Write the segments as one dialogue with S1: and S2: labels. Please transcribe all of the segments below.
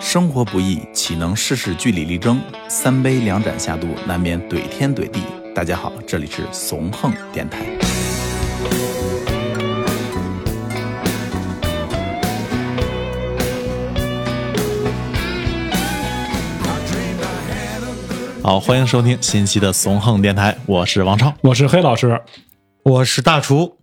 S1: 生活不易，岂能事事据理力争？三杯两盏下肚，难免怼天怼地。大家好，这里是怂横电台。好，欢迎收听新期的怂横电台，我是王超。
S2: 我是黑老师，
S3: 我是大厨，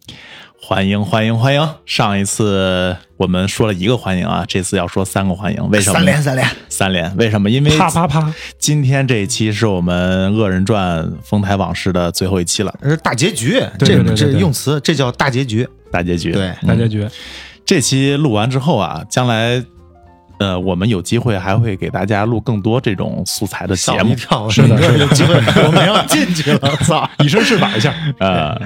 S1: 欢迎欢迎欢迎！上一次我们说了一个欢迎啊，这次要说三个欢迎，为什么呢？
S3: 三连三连，
S1: 三连，为什么？因为
S2: 啪啪啪，
S1: 今天这一期是我们《恶人传》丰台往事的最后一期了，
S3: 呃，大结局，
S2: 对对对
S3: 这
S2: 对
S3: 这
S2: 对
S3: 用词，这叫大结局。
S1: 大结局。嗯
S3: 对，
S2: 大结局。
S1: 这期录完之后啊，将来呃，我们有机会还会给大家录更多这种素材的节
S3: 吓我一
S1: 目。
S3: 跳，
S2: 是的
S3: 你说有机会我们要进去了， 操！
S2: 以身试法一下，
S1: 呃，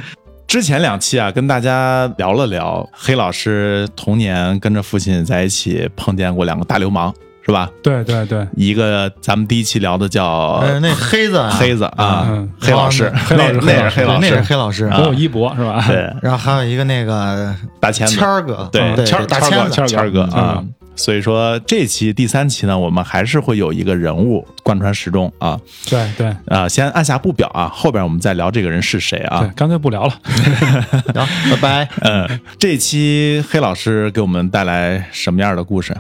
S1: 之前两期啊，跟大家聊了聊黑老师童年跟着父亲在一起碰见过两个大流氓，是吧？
S2: 对对对，
S1: 一个咱们第一期聊的叫
S3: 呃，那黑子啊，啊
S1: 黑子啊，
S2: 嗯
S1: 黑老师，
S3: 哦
S2: 黑老师嗯
S1: 那那是
S2: 黑
S1: 黑
S3: 对
S1: 老
S3: 那是
S1: 师，
S3: 黑老师，
S2: 我有一博是吧？
S1: 对，
S3: 然后还有一个那个
S1: 大千子
S3: 谦，儿哥，
S1: 对
S3: 嗯对，
S2: 谦儿
S3: 大
S2: 谦儿
S3: 谦
S2: 哥
S3: 子，
S1: 谦儿哥
S2: 嗯
S1: 啊。所以说这期第三期呢，我们还是会有一个人物贯穿始终啊
S2: 对对
S1: 啊，先按下不表啊，后边我们再聊这个人是谁啊
S2: 对。，干脆不聊了。
S3: 然后拜拜。
S1: 嗯，这期黑老师给我们带来什么样的故事？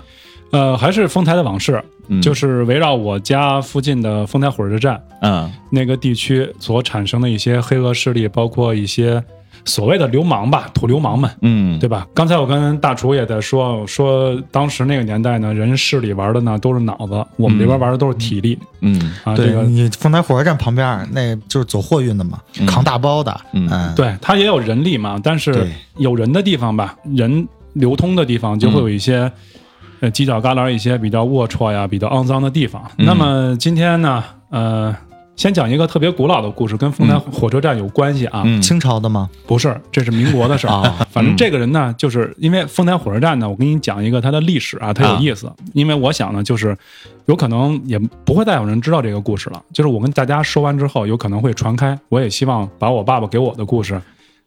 S2: 呃，还是丰台的往事，
S1: 嗯，
S2: 就是围绕我家附近的丰台火车站
S1: 嗯
S2: 那个地区所产生的一些黑恶势力，包括一些所谓的流氓吧，土流氓们。
S1: 嗯
S2: 对吧？刚才我跟大厨也在说，我说当时那个年代呢，人市里玩的呢都是脑子，我们这边玩的都是体力、
S1: 嗯
S2: 啊。这
S3: 对
S2: 个
S3: 你丰台火车站旁边，那就是走货运的嘛，扛大包的，
S1: 嗯
S3: 嗯，
S2: 对，它也有人力嘛，但是
S3: 对
S2: 有人的地方吧，人流通的地方就会有一些、呃犄角旮旯一些比较龌龊呀、比较肮脏的地方。
S1: 嗯
S2: 那么今天呢，呃，先讲一个特别古老的故事，跟丰台
S1: 嗯
S2: 火车站有关系啊，
S1: 嗯
S3: 清朝的吗？
S2: 不是，这是民国的事儿。
S3: 啊，
S2: 反正这个人呢，就是因为丰台火车站呢，我给你讲一个它的历史啊，它有意思。因为我想呢，就是有可能也不会再有人知道这个故事了。就是我跟大家说完之后，有可能会传开。我也希望把我爸爸给我的故事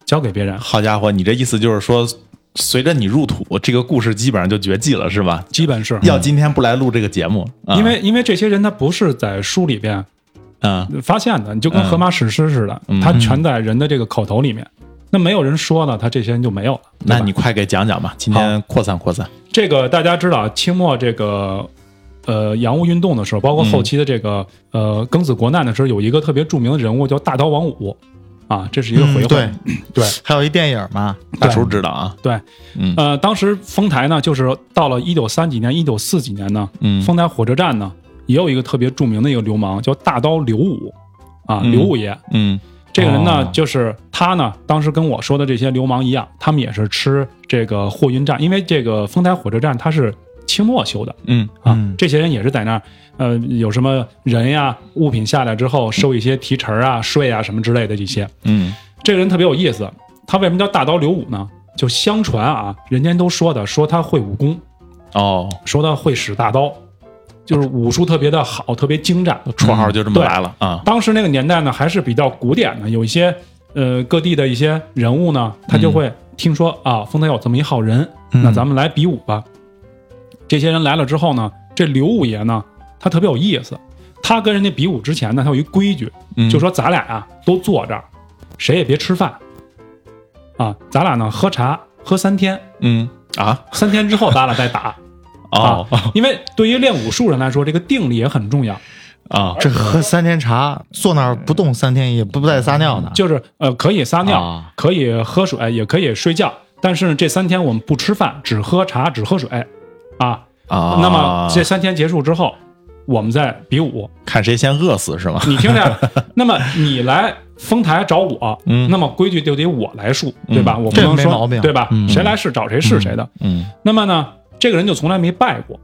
S2: 交给别人，
S1: 好家伙，你这意思就是说，随着你入土，这个故事基本上就绝迹了，是吧？
S2: 基本是。
S1: 要今天不来录这个节目，啊
S2: 嗯因为因为这些人他不是在书里边
S1: 嗯
S2: 发现的，你就跟
S1: 嗯
S2: 荷马史诗似的，
S1: 嗯
S2: 他全在人的这个口头里面。那没有人说呢，他这些人就没有了。对吧
S1: 那你快给讲讲吧，今天扩散扩散。
S2: 这个大家知道，清末这个呃洋务运动的时候，包括后期的这个、呃庚子国难的时候，有一个特别著名的人物叫大刀王五啊，这是一个回
S3: 嗯
S2: 话。
S3: 对
S2: 对，
S3: 还有一电影嘛，
S1: 大叔知道啊，
S2: 对，
S1: 嗯
S2: 呃，当时丰台呢，就是到了一九三几年、一九四几年呢，
S1: 嗯
S2: 丰台火车站呢也有一个特别著名的一个流氓叫大刀刘武啊，
S1: 嗯
S2: 刘五爷。
S1: 嗯
S2: 这个人呢，
S3: 哦
S2: 就是他呢，当时跟我说的这些流氓一样，他们也是吃这个货运站，因为这个丰台火车站它是清末修的，
S1: 嗯
S2: 啊
S3: 嗯，
S2: 这些人也是在那儿，呃，有什么人呀、物品下来之后收一些提成啊、税啊什么之类的这些。
S1: 嗯
S2: 这个人特别有意思，他为什么叫大刀刘武呢？就相传啊，人家都说的，说他会武功，
S1: 哦，
S2: 说他会使大刀，就是武术特别的好，特别精湛。
S1: 绰号就这么
S2: 对
S1: 来了啊。
S2: 当时那个年代呢，还是比较古典的，有一些呃各地的一些人物呢，他就会听说、啊，丰台有这么一号人，
S3: 嗯
S2: 那咱们来比武吧。这些人来了之后呢，这刘五爷呢，他特别有意思，他跟人家比武之前呢，他有一规矩，
S1: 嗯
S2: 就说咱俩啊都坐这儿，谁也别吃饭啊，咱俩呢喝茶喝三天，
S1: 嗯啊
S2: 三天之后咱俩再打。
S1: 哦
S2: 啊，因为对于练武术人来说，这个定力也很重要。
S1: 啊
S3: 这喝三天茶，坐那儿不动三天也不带撒尿的，
S2: 就是呃，可以撒尿，
S3: 啊
S2: 可以喝水，也可以睡觉，但是呢这三天我们不吃饭，只喝茶，只喝水，啊，
S1: 啊！
S2: 那么这三天结束之后，我们再比武。
S1: 看谁先饿死是吗？
S2: 你听 着，那么你来丰台找我，
S1: 嗯
S2: 那么规矩就得我来述，对吧？我不
S3: 嗯这
S2: 能
S3: 没
S2: 说
S3: 毛病
S2: 对吧？
S3: 嗯
S2: 谁来是找谁是谁的。
S1: 嗯，
S2: 那么呢，这个人就从来没败过，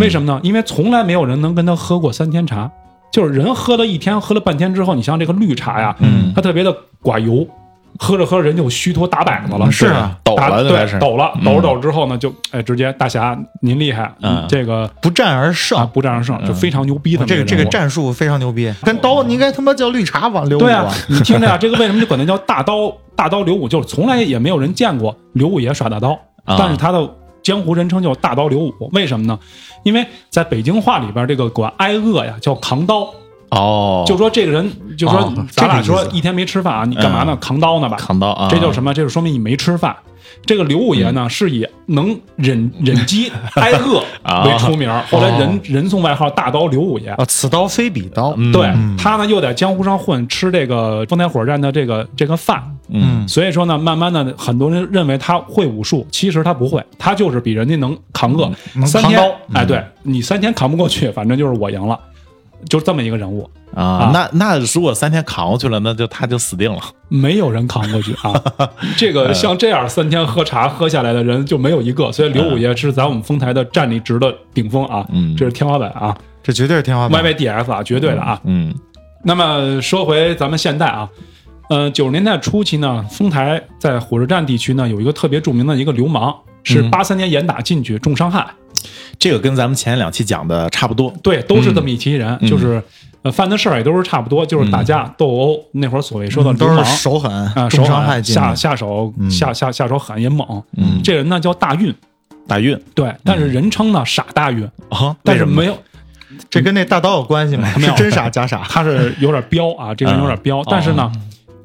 S2: 为什
S1: 么？
S2: 么呢？因为从来没有人能跟他喝过三天茶，就是人喝了一天，喝了半天之后，你像这个绿茶呀，
S1: 嗯
S2: 它特别的寡油，喝着喝着人就虚脱打摆子了，
S3: 是啊，
S1: 嗯抖
S2: 打
S1: 了就开始
S2: 对，抖了
S1: 嗯，
S2: 抖着抖着之后呢，就哎，直接大侠您厉害，
S1: 嗯
S2: 这个
S3: 不战而
S2: 啊
S3: 胜。
S2: 不战而胜，就非常牛逼的
S3: 这个这个
S2: 战。
S3: 战术非常牛逼，跟刀你应该他妈叫绿茶往溜
S2: 对
S3: 溜
S2: 啊，你听 着啊，这个为什么就管他叫大刀大刀刘武？就是从来也没有人见过刘武爷耍大刀，
S1: 啊
S2: 但是他的江湖人称叫大刀刘武，为什么呢？因为在北京话里边，这个管挨饿呀叫扛刀，
S1: 哦，
S2: 就说这个人，就说
S3: 哦
S2: 咱俩
S3: 这个
S2: 说
S3: 意思嗯
S2: 一天没吃饭啊，你干嘛呢？扛刀呢吧？
S1: 扛刀啊，
S2: 这就是什么？这就说明你没吃饭。这个刘五爷
S3: 嗯
S2: 呢，是以能忍忍饥挨 饿为出名儿，后
S3: 哦
S2: 来人人送外号“大刀刘五爷
S3: 啊，此刀非彼刀，
S1: 嗯
S2: 对他呢，又在江湖上混，吃这个丰台火车站的这个这个饭，
S1: 嗯
S2: 所以说呢，慢慢的，很多人认为他会武术，其实他不会，他就是比人家能扛个、
S3: 嗯能
S2: 三
S3: 扛
S2: 天
S3: 刀。嗯
S2: 哎，对你三天扛不过去，反正就是我赢了，就这么一个人物，
S1: 啊，那那如果三天扛过去了，那就他就死定了。
S2: 没有人扛过去 啊。这
S3: 哎
S2: 个像这样三天喝茶喝下来的人就没有一个，所以刘五
S3: 哎
S2: 爷是咱我们丰台的战力值的顶峰啊，
S1: 嗯
S2: 这是天花板啊
S3: 这绝对是天花板。
S2: ，YYDS 啊，绝对的啊。
S1: 嗯
S2: 那么说回咱们现代啊，呃，九十年代初期呢，丰台在火车站地区呢有一个特别著名的一个流氓，是
S3: 嗯
S2: 八三年严打进去重伤害，
S1: 这个跟咱们前两期讲的差不多。
S2: 对，都是这么一批人，
S1: 嗯
S2: 就是呃犯的事儿也都是差不多，就是打架、斗殴那会儿所谓说的流
S3: 嗯都
S2: 氓
S3: 是手狠
S2: 啊，手狠
S3: 重伤害进
S2: 下
S3: 的，
S2: 下手
S3: 嗯
S2: 下下下手狠也猛，
S1: 嗯，
S2: 这人呢叫大运，
S1: 大运
S2: 对，但
S3: 嗯
S2: 是人称呢傻大运，
S1: 啊，
S2: 哦但是
S1: 为什么
S2: 没有
S3: 这跟那大刀有关系吗？
S2: 没
S3: 是
S2: 有
S3: 真傻假傻？
S2: 他是有点彪啊，这个人有点
S3: 嗯
S2: 彪，但是
S3: 哦
S2: 呢。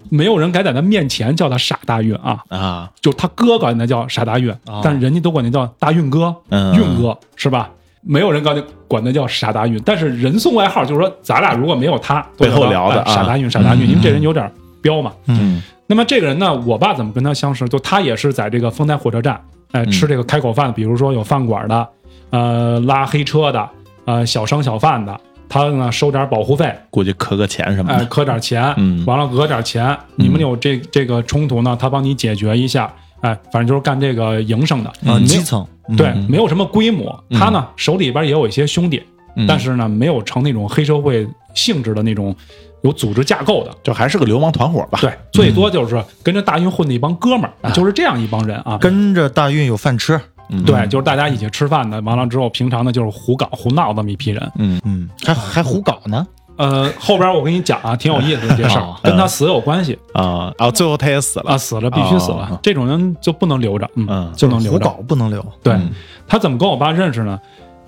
S2: 没有人敢在他面前叫他傻大运啊，
S1: 啊，
S2: 就是他哥管他叫傻大运，
S1: 哦
S2: 但人家都管他叫大运哥、
S1: 嗯
S2: 运哥，是吧？没有人管他管他叫傻大运，但是人送外号，就是说咱俩如果没有他，
S1: 背后聊的
S2: 哎
S1: 啊
S2: 傻大运、傻大运，
S1: 嗯
S2: 因为这人有点彪嘛。
S1: 嗯
S2: 那么这个人呢，我爸怎么跟他相识？就他也是在这个丰台火车站，
S1: 嗯
S2: 哎，吃这个开口饭，比如说有饭馆的，呃，拉黑车的，呃，小商小贩的，他呢收点保护费，
S1: 估计磕个钱什么
S2: 哎，
S1: 的。
S2: 磕点钱，
S1: 嗯
S2: 完了讹点钱，你们有这这个冲突呢，他帮你解决一下，哎，反正就是干这个营生的，
S1: 嗯
S3: 啊，
S2: 没
S3: 基
S2: 有
S3: 层
S2: 对，没有什么规模，他呢手里边也有一些兄弟，
S1: 嗯
S2: 但是呢没有成那种黑社会性质的那种有组织架构的，
S1: 就还是个流氓团伙吧。
S2: 对，最
S1: 嗯
S2: 多就是跟着大运混的一帮哥们儿，就是这样一帮人啊，
S3: 跟着大运有饭吃。
S1: 嗯
S2: 对，就是大家一起吃饭的，完了之后平常呢就是胡搞胡闹这么一批人，
S3: 嗯，还还胡搞呢，
S1: 嗯
S2: 呃，后边我跟你讲啊，挺有意思的这事儿
S3: 哦，
S2: 跟他死有关系，
S1: 啊啊，最后他也死了
S2: 啊，。死了必须死了，
S1: 哦
S2: 这种人就不能留着，嗯，
S1: 嗯
S2: 就
S3: 就是
S2: 能留
S3: 胡
S2: 着。
S3: 搞不能留。
S2: 对、
S1: 嗯
S2: 他怎么跟我爸认识呢？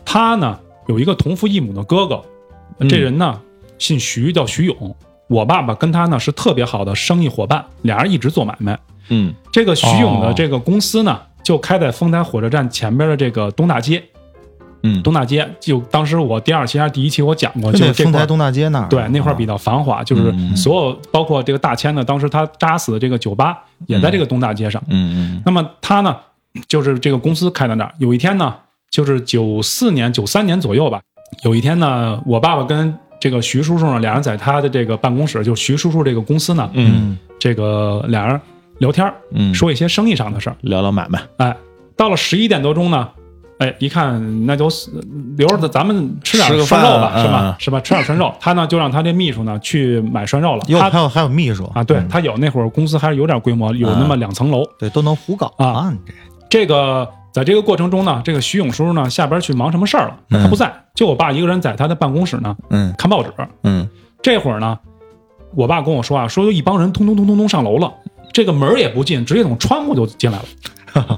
S2: 他呢有一个同父异母的哥哥，这人呢、姓徐，叫徐勇。我爸爸跟他呢是特别好的生意伙伴，俩人一直做买卖。
S1: 嗯
S2: 这个徐勇的
S3: 哦
S2: 这个公司呢，就开在丰台火车站前边的这个东大街。
S1: 嗯
S2: 东大街就当时我第二期还是第一期我讲过，就
S3: 那
S2: 是这
S3: 丰
S2: 块
S3: 台
S2: 儿
S3: 东大街那儿，
S2: 对，那块儿比较繁华，就是
S1: 嗯
S2: 所有包括这个大千呢，当时他扎死的这个酒吧也在这个东大街上。
S1: 嗯
S2: 那么他呢，就是这个公司开到那儿。有一天呢，就是九四年、九三年左右吧。有一天呢，我爸爸跟这个徐叔叔呢，俩人在他的这个办公室，就徐叔叔这个公司呢，
S1: 嗯
S2: 这个俩人聊天儿，
S1: 嗯，
S2: 说一些生意上的事儿。
S1: 聊聊买卖。
S2: 哎，到了十一点多钟呢。哎，一看那就留着咱们吃点
S1: 吃个
S2: 涮
S1: 饭
S2: 肉吧，
S1: 嗯
S2: 是吧
S1: 嗯？
S2: 是吧？吃点涮肉，他呢就让他这秘书呢去买涮肉了。
S3: 有
S2: 他
S3: 嗯还有还有秘书
S2: 啊，
S1: 嗯
S2: 对他有那会儿公司还是有点规模，有那么两层楼。
S3: 对，都能胡搞
S2: 啊！
S3: 你这
S2: 这个在这个过程中呢，这个徐勇叔叔呢下边去忙什么事儿了，他不在，就我爸一个人在他的办公室呢
S1: 嗯
S2: 看报纸。
S1: 嗯
S2: 这会儿呢，我爸跟我说啊，说有一帮人通通通通通上楼了，这个门儿也不进，直接从窗户就进来了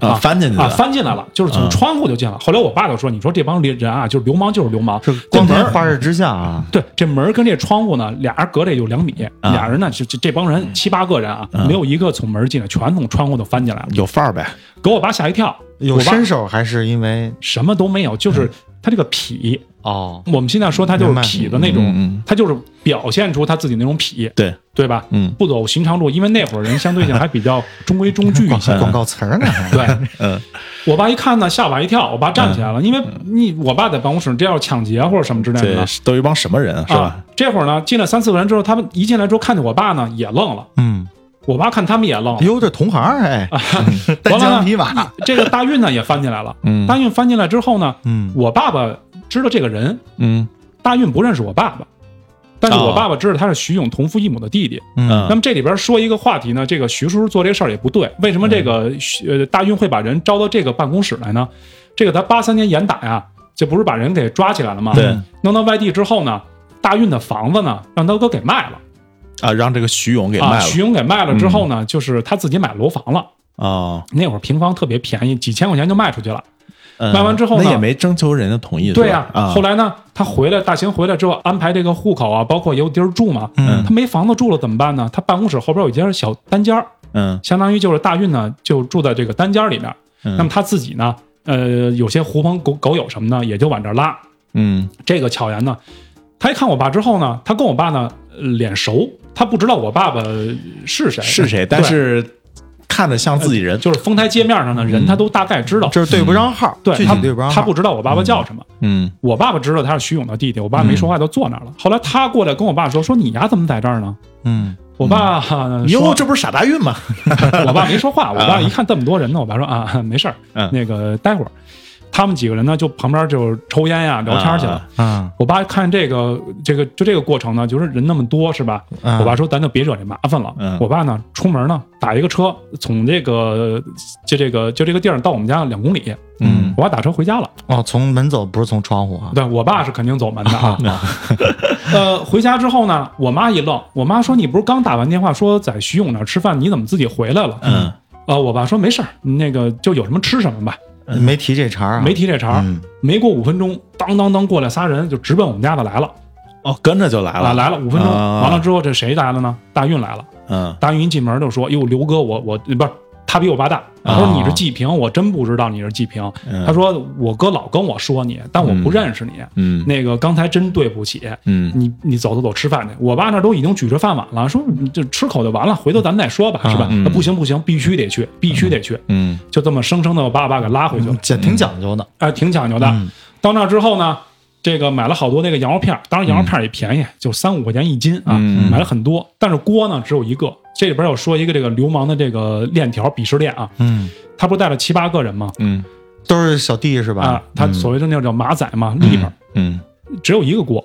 S1: 啊，翻进去
S2: 啊，
S1: 了。
S2: 翻进来了，就是从
S1: 嗯
S2: 窗户就进来了。后来我爸就说，你说这帮人啊，就是流氓就是流氓，
S3: 这光天化日之下啊，
S2: 对，这门儿跟这窗户呢，俩人隔着也就两米，
S1: 啊
S2: 俩人呢，这这这帮人七八个人啊，没有一个从门儿进来，全从窗户都翻进来了，
S1: 有范儿呗，
S2: 给我爸吓一跳。
S3: 有
S2: 我爸
S3: 身手还是因为
S2: 什么都没有，就是他这个痞。
S3: 哦，
S2: 我们现在说他就是
S3: 明白
S2: 痞的那种，
S1: 嗯嗯
S2: 他就是表现出他自己那种痞，
S1: 对，
S2: 对吧？
S1: 嗯
S2: 不走寻常路，因为那会儿人相对性还比较中规中矩一
S3: 广
S2: 些。
S3: 广告词儿呢，还
S2: 对
S1: 嗯
S2: 我爸一看呢，吓我一跳，我爸站起来了，因为你我爸在办公室，这要抢劫或者什么之类
S1: 这
S2: 的。
S1: 都一帮什么人是
S2: 嗯啊
S1: 吧？，
S2: 这会儿呢，进来三四个人之后，他们一进来之后，看见我爸呢也愣了，
S3: 嗯，
S2: 我爸看他们也愣了。
S3: 哟，这同行哎，
S2: 啊
S3: 单枪匹马，
S2: 这个大运呢也翻进来了，
S1: 嗯
S2: 大运翻进来之后呢，
S3: 嗯，
S2: 我爸爸知道这个人，
S1: 嗯
S2: 大运不认识我爸爸，但是我
S1: 哦
S2: 爸爸知道他是徐勇同父异母的弟弟。
S1: 嗯
S2: 那么这里边说一个话题呢，这个徐叔叔做这事儿也不对，为什么这个
S1: 嗯
S2: 徐呃大运会把人招到这个办公室来呢？这个他八三年严打呀，这不是把人给抓起来了吗？
S1: 对，
S2: 弄到外地之后呢，大运的房子呢让他哥给卖了
S1: 啊，让这个徐勇给
S2: 啊，
S1: 卖
S2: 徐
S1: 了嗯
S2: 勇给卖了之后呢，就是他自己买楼房了。
S1: 啊
S2: 那会儿平房特别便宜，几千块钱就卖出去了。
S1: 嗯
S2: 卖完之后呢
S1: 那也没征求人的同意，
S2: 对
S1: 呀
S2: 呀、
S1: 啊，
S2: 后来呢，他回来，大秦回来之后安排这个户口啊，包括有地儿住嘛。
S1: 嗯
S2: 他没房子住了怎么办呢？他办公室后边有一间小单间儿，
S1: 嗯
S2: 相当于就是大运呢就住在这个单间儿里面。那么
S1: 嗯
S2: 他自己呢，呃，有些狐朋狗狗友什么的也就往这儿拉。
S1: 嗯
S2: 这个巧言呢，他一看我爸之后呢，他跟我爸呢呃脸熟，他不知道我爸爸是谁
S1: 是谁？但
S2: 哎对
S1: 是看着像自己人，
S2: 就是丰台街面上的人，他都大概知道。
S3: 就是对不上号，
S2: 嗯对
S3: 具
S2: 他
S3: 体对不上号，
S2: 他不知道我爸爸叫什么。
S1: 嗯
S2: 我爸爸知道他是徐勇的弟弟，我爸没说话就坐那儿了。后来他过来跟我爸说：“说你丫怎么在这儿呢
S3: 嗯，？”
S2: 我爸
S1: 哟，
S2: 说，
S1: 这不是傻大运吗？
S2: 我爸没说话。我爸一看这么多人呢，我爸说啊， 没事儿
S1: 啊嗯，
S2: 那个待会儿，他们几个人呢就旁边就抽烟呀、聊天去了
S1: 啊。
S3: 嗯
S2: 我爸看这个这个就这个过程呢，就是人那么多是吧？
S3: 嗯
S2: 我爸说咱就别惹这麻烦了。
S1: 啊嗯
S2: 我爸呢出门呢打一个车，从这个就这个就这个地儿到我们家两公里，
S1: 嗯
S2: 我爸打车回家了。
S3: 哦，从门走不是从窗户啊，
S2: 对我爸是肯定走门的啊。 呃，回家之后呢，我妈一愣，我妈说：“你不是刚打完电话说在徐勇那儿吃饭，你怎么自己回来了？”
S1: 嗯，
S2: 呃，我爸说：“没事儿，那个就有什么吃什么吧，
S3: 没提这茬儿啊，
S2: 没提这茬儿。
S3: 嗯
S2: 没过五分钟，当当当过来仨人，就直奔我们家的来了
S1: 哦，跟着就来
S2: 啊，
S1: 了，
S2: 来了五分钟。
S1: 啊
S2: 完了之后，这谁来了呢？大运来了。
S1: 嗯
S2: 大运一进门就说：‘哟，刘哥，我我不是他比我爸大。’他说：‘你是季平，我真不知道你是季平。’
S1: 啊嗯
S2: 他说：‘我哥老跟我说你，但我不认识你。
S1: 嗯
S2: 那个刚才真对不起。’
S1: 嗯
S2: 你你走走走，吃饭去。我爸那都已经举着饭碗了，说你就吃口就完了，回头咱们再说吧，是吧？
S1: 嗯
S2: 那不行不行，必须得去，必须得去，
S1: 嗯
S2: 就这么生生的我把我爸给拉回去了。
S3: 讲挺讲究的，
S2: 哎，挺讲究的。
S3: 嗯
S2: 到那之后呢，这个买了好多那个羊肉片儿，当然羊肉片儿也便宜，就三五块钱一斤啊，
S1: 嗯
S2: 买了很多。但是锅呢只有一个。这里边要说一个这个流氓的这个链条鄙视链啊，
S3: 嗯，
S2: 他不是带了七八个人吗？
S1: 嗯
S3: 都是小弟是吧
S2: 啊？，他所谓的那个叫马仔嘛，立边
S1: 嗯
S2: 只有一个锅，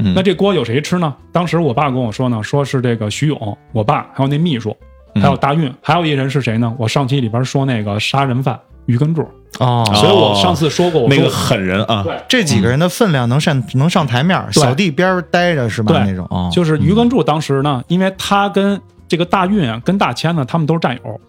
S1: 嗯，
S2: 那这锅有谁吃呢？当时我爸跟我说呢，说是这个徐勇，我爸还有那秘书，
S1: 嗯
S2: 还有大运，还有一人是谁呢？我上期里边说那个杀人犯于根柱，
S3: 哦，
S2: 所以我上次说过，我
S1: 那
S2: 说
S1: 个狠人啊，
S2: 对
S3: 这几个人的分量能上能上台面儿，
S2: 对
S3: 小弟边儿待着是吧？
S2: 对
S3: 那种哦，
S2: 就是于根柱当时呢，因为他跟这个大运啊，跟大千呢，他们都是战友。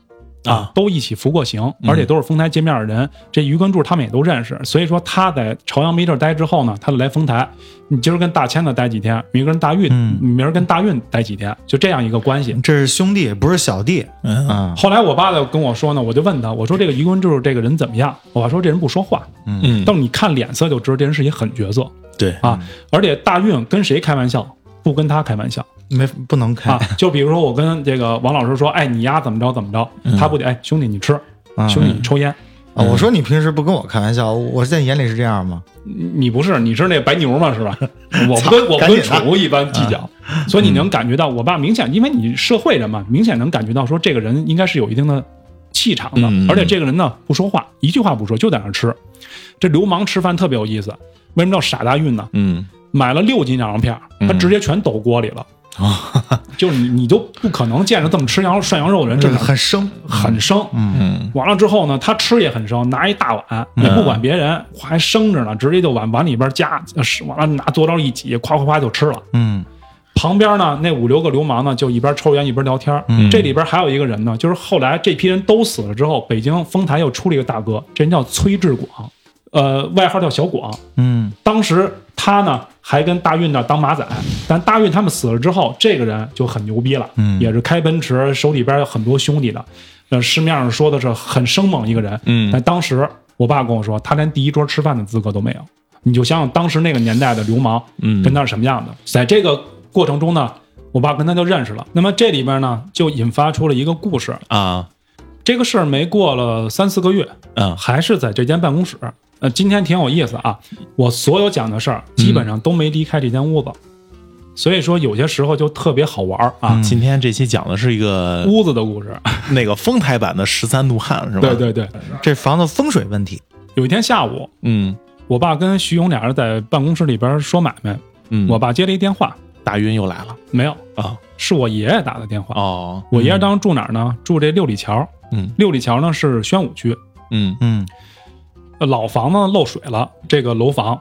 S1: 啊，
S2: 都一起服过刑，
S1: 嗯
S2: 而且都是丰台街面的人。这于根柱他们也都认识，所以说他在朝阳没地儿待之后呢，他就来丰台。你今儿跟大千子待几天，明儿跟大运，
S3: 嗯
S2: 明儿跟大运待几天，就这样一个关系。
S3: 这是兄弟，不是小弟
S1: 嗯
S3: 啊，
S2: 后来我爸就跟我说呢，我就问他，我说这个于根柱这个人怎么样？我爸说这人不说话，
S1: 嗯，
S2: 但是你看脸色就知道这人是一狠角色
S1: 对，
S2: 啊。而且大运跟谁开玩笑，不跟他开玩笑
S3: 没不能 开
S2: 啊。就比如说我跟这个王老师说，哎，你丫怎么着怎么着，他不得哎兄弟你吃，
S3: 嗯啊
S2: 兄弟嗯你抽烟。
S3: 啊我说你平时不跟我开玩笑，我在你眼里是这样吗？
S2: 你你不是你是那白牛嘛是吧？我不跟我不
S3: 赶紧
S2: 跟
S3: 的嗯
S2: 宠物一般计较，所以你能感觉到我爸明显，因为你社会人嘛，明显能感觉到说这个人应该是有一定的气场的
S1: 嗯，
S2: 而且这个人呢不说话，一句话不说，就在那儿吃。这流氓吃饭特别有意思，为什么叫傻大运呢？
S1: 嗯
S2: 买了六斤羊肉片儿，他
S1: 嗯
S2: 直接全抖锅里了。
S3: 哦
S2: 就是你你都不可能见着这么吃羊肉涮羊肉的 人，
S3: 这
S2: 真
S3: 个
S2: 的
S3: 很生，
S2: 很生。
S1: 嗯
S2: 完了之后呢，他吃也很生，拿一大碗也不管别
S1: 嗯
S2: 人，还生着呢，直接就往碗里边夹，是完了拿左刀一挤，夸夸夸就吃了。
S3: 嗯
S2: 旁边呢，那五六个流氓呢，就一边抽烟一边聊天。
S1: 嗯
S2: 这里边还有一个人呢，就是后来这批人都死了之后，北京丰台又出了一个大哥，这人叫崔志广，呃，外号叫小广。
S3: 嗯
S2: 当时他呢还跟大运那当马仔，但大运他们死了之后，这个人就很牛逼了，
S3: 嗯
S2: 也是开奔驰，手里边有很多兄弟的，呃，市面上说的是很生猛一个人，
S1: 嗯
S2: 但当时我爸跟我说，他连第一桌吃饭的资格都没有，你就想想当时那个年代的流氓，
S1: 嗯
S2: 跟他是什么样的，在这个过程中呢，我爸跟他就认识了，那么这里边呢就引发出了一个故事，
S1: 啊
S2: 这个事儿没过了三四个月，
S1: 嗯
S2: 还是在这间办公室。呃，今天挺有意思啊，我所有讲的事儿基本上都没离开这间屋子，所以说有些时候就特别好玩儿啊。
S1: 今天这期讲的是一个
S2: 屋子的故事，
S1: 那个丰台版的十三怒汉是吧？
S2: 对，对对。
S3: 这房子风水问题，
S2: 有一天下午，
S1: 嗯
S2: 我爸跟徐勇俩人在办公室里边说买卖，
S1: 嗯，
S2: 我爸接了一电话，
S1: 大运又来了
S2: 没有，
S1: 啊
S2: 是我爷爷打的电话。
S1: 哦
S2: 我爷爷当时住哪儿呢？住这六里桥，
S1: 嗯
S2: 六里桥呢是宣武区，
S1: 嗯
S3: 嗯
S2: 呃老房子漏水了，这个楼房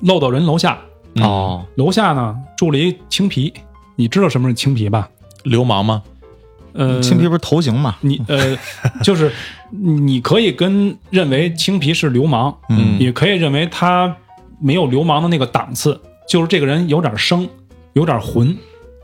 S2: 漏到人楼下，
S1: 嗯
S3: 哦
S2: 楼下呢住了一青皮，你知道什么是青皮吧？
S1: 流氓吗？
S2: 呃，
S3: 青皮不是头型嘛？
S2: 你呃，就是你可以跟认为青皮是流氓，
S1: 嗯
S2: 也可以认为他没有流氓的那个档次，就是这个人有点生，有点混，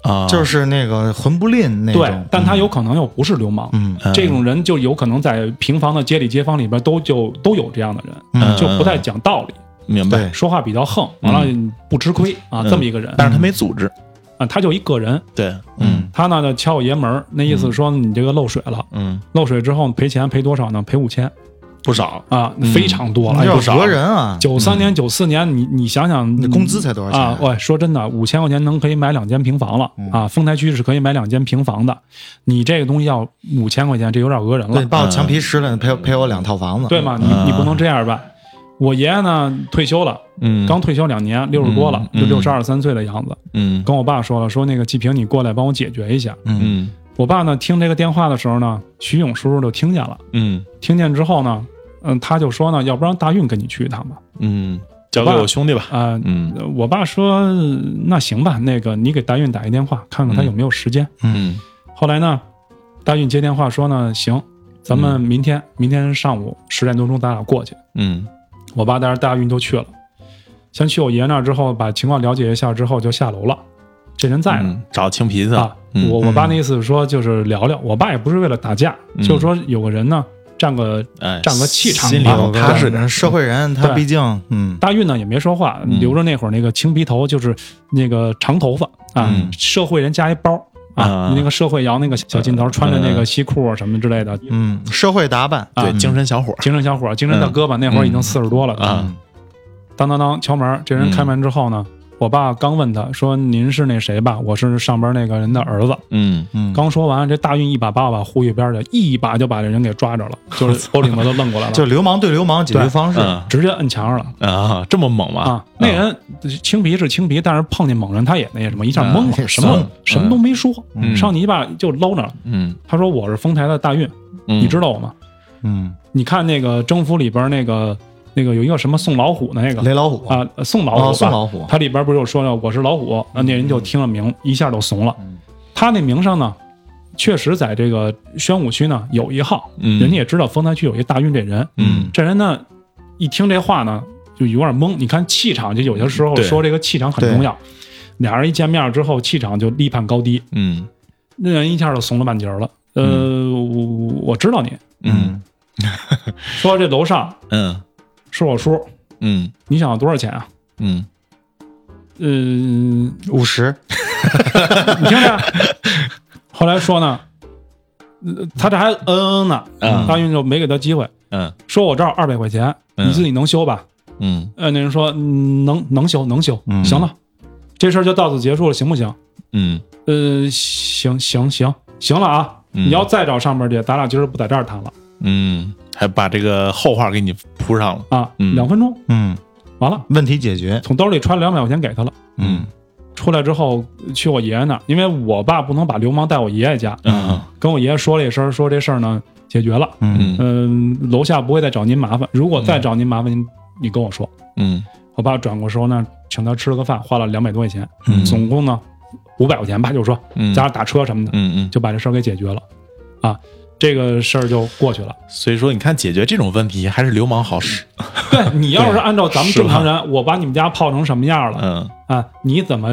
S1: 啊，
S3: 就是那个魂不吝那
S2: 对
S3: 种，，
S2: 但他有可能又不是流氓。
S3: 嗯
S1: 嗯
S2: 这种人就有可能在平房的街里街坊里边都就都有这样的人，
S1: 嗯
S2: 就不太讲道理，
S1: 明白
S3: 对，
S2: 说话比较横，完了不吃亏啊，
S1: 嗯
S2: 这么一个人
S1: 但是他没组织，
S2: 啊，他就一个人，
S1: 对，
S3: 嗯
S2: 他呢就敲我爷门儿，那意思说你这个漏水了，
S1: 嗯，
S2: 漏水之后赔钱赔多少呢？赔五千
S1: 不少，
S2: 啊
S1: 嗯，
S2: 非常多了，
S3: 你
S2: 哎
S3: 要
S2: 呦
S3: 讹人啊，
S2: 九三年、九四年，你你想想，
S3: 你工资才多少钱
S2: 啊？喂，说真的，五千块钱能可以买两间平房了
S3: 嗯
S2: 啊！丰台区是可以买两间平房的，你这个东西要五千块钱，这有点讹人
S3: 对，
S2: 了
S3: 你，把我墙皮湿了，你赔我赔我两套房子，
S2: 嗯
S3: 啊
S2: 对吗？你
S1: 嗯
S2: 你不能这样吧？我爷爷呢退休了，
S1: 嗯，
S2: 刚退休两年，六十多了，
S1: 嗯
S2: 就六十二三岁的样子，
S1: 嗯
S2: 跟我爸说了，说那个季平，你过来帮我解决一下。
S3: 嗯，
S1: 嗯
S2: 我爸呢听这个电话的时候呢，徐勇叔叔就听见了，
S1: 嗯
S2: 听见之后呢，嗯，他就说呢，要不让大运跟你去一趟吧？
S1: 嗯，交给我兄弟吧，
S2: 啊、
S1: 嗯
S2: 呃我爸说那行吧，那个你给大运打一电话，看看他有没有时间。
S1: 嗯
S2: 后来呢，大运接电话说呢，行，咱们明天、明天上午十点多钟咱俩过去。
S1: 嗯
S2: 我爸带着大运都去了，先去我爷那儿之后，把情况了解一下之后就下楼了。这人在呢、
S1: 嗯，找青皮子
S2: 啊，
S1: 嗯
S2: 我我爸那意思是说就是聊聊，我爸也不是为了打架，
S1: 嗯
S2: 就是说有个人呢占个
S1: 哎，
S2: 占个气场吧，
S1: 心里头
S3: 我
S1: 踏实点儿
S3: 社会人，他
S2: 对
S3: 毕竟嗯，
S2: 大运呢也没说话，
S1: 嗯
S2: 留着那会儿那个青皮头，就是那个长头发啊，
S1: 嗯
S2: 社会人加一包啊，
S1: 啊
S2: 那个社会摇那个小劲头，穿着那个西裤啊什么之类的，
S3: 嗯，社会打扮，
S2: 啊
S1: 对
S3: 嗯
S1: 精神小伙儿
S2: 精神小伙儿，精神大哥吧，那会儿已经四十多了，
S1: 嗯
S2: 嗯
S1: 啊，嗯
S2: 当当当敲门，这人开门之后呢，我爸刚问他说：“您是那谁吧？我是上边那个人的儿子。”
S1: 嗯
S3: 嗯，
S2: 刚说完，这大运一把把我爸呼一边去，一把就把这人给抓 着了，就是头领子都愣过来了，
S3: 就流氓对流氓解决方式，
S1: 嗯
S2: 直接摁墙上了。
S1: 啊，这么猛吗？
S2: 啊，那人青皮是青皮，但是碰见猛人他也那什么，一下懵
S3: 啊
S2: 了，什么
S1: 嗯
S2: 什么都没说，
S1: 嗯
S2: 上去一把就搂着了。
S1: 嗯，
S2: 他说我是丰台的大运，
S1: 嗯
S2: 你知道我吗？
S3: 嗯，
S2: 你看那个征服里边那个那个有一个什么送老虎的那
S3: 雷
S2: 个
S3: 老虎，
S2: 啊，送老虎吧
S3: 哦，宋老虎
S2: 他里边不是有说了我是老虎，啊那人就听了名一下就怂了
S3: 嗯。
S2: 他那名上呢，确实在这个宣武区呢有一号，
S1: 嗯
S2: 人家也知道丰台区有一大运这人，
S1: 嗯
S2: 这人呢，一听这话呢，就有点懵。你看气场，就有些时候
S1: 对
S2: 说这个气场很重要。俩人一见面之后，气场就立判高低，
S1: 嗯
S2: 那人一下就怂了半截儿了。呃，我我知道你
S1: 嗯
S2: 说这楼上
S1: 嗯
S2: 是我叔，
S1: 嗯
S2: 你想要多少钱啊？
S1: 嗯
S2: 呃，你
S3: 五十，
S2: 听 着。后来说呢，呃他这还嗯嗯呢，
S1: 嗯
S2: 大运就没给他机会，
S1: 嗯
S2: 说我这儿二百块钱，
S1: 嗯
S2: 你自己能修吧？
S1: 嗯
S2: 呃，那人说嗯能能修能修，
S3: 嗯
S2: 行了，这事儿就到此结束了，行不行？
S1: 嗯
S2: 呃，行行行行了啊，
S1: 嗯
S2: 你要再找上面去，咱俩今儿不在这儿谈了
S1: 嗯，还把这个后话给你铺上了，
S2: 啊。
S1: 嗯
S2: 两分钟
S3: 嗯，
S2: 完了，
S3: 问题解决，
S2: 从兜里揣了两百块钱给他了。
S1: 嗯
S2: 出来之后去我爷爷那儿，因为我爸不能把流氓带我爷爷家，
S1: 嗯
S2: 跟我爷爷说了一声，说这事儿呢解决了，
S1: 嗯
S2: 嗯、楼下不会再找您麻烦，如果再找您麻烦，您你跟我说。
S1: 嗯
S2: 我爸转过身呢，请他吃了个饭，花了两百多块钱，
S1: 嗯
S2: 总共呢五百块钱吧，就是说
S1: 嗯
S2: 加上打车什么的，
S1: 嗯嗯，
S2: 就把这事儿给解决了，啊，这个事儿就过去了。
S1: 所以说你看解决这种问题还是流氓好使，
S2: 对你要是按照咱们
S1: 是吧
S2: 正常人，我把你们家泡成什么样了
S1: 嗯
S2: 啊？你怎么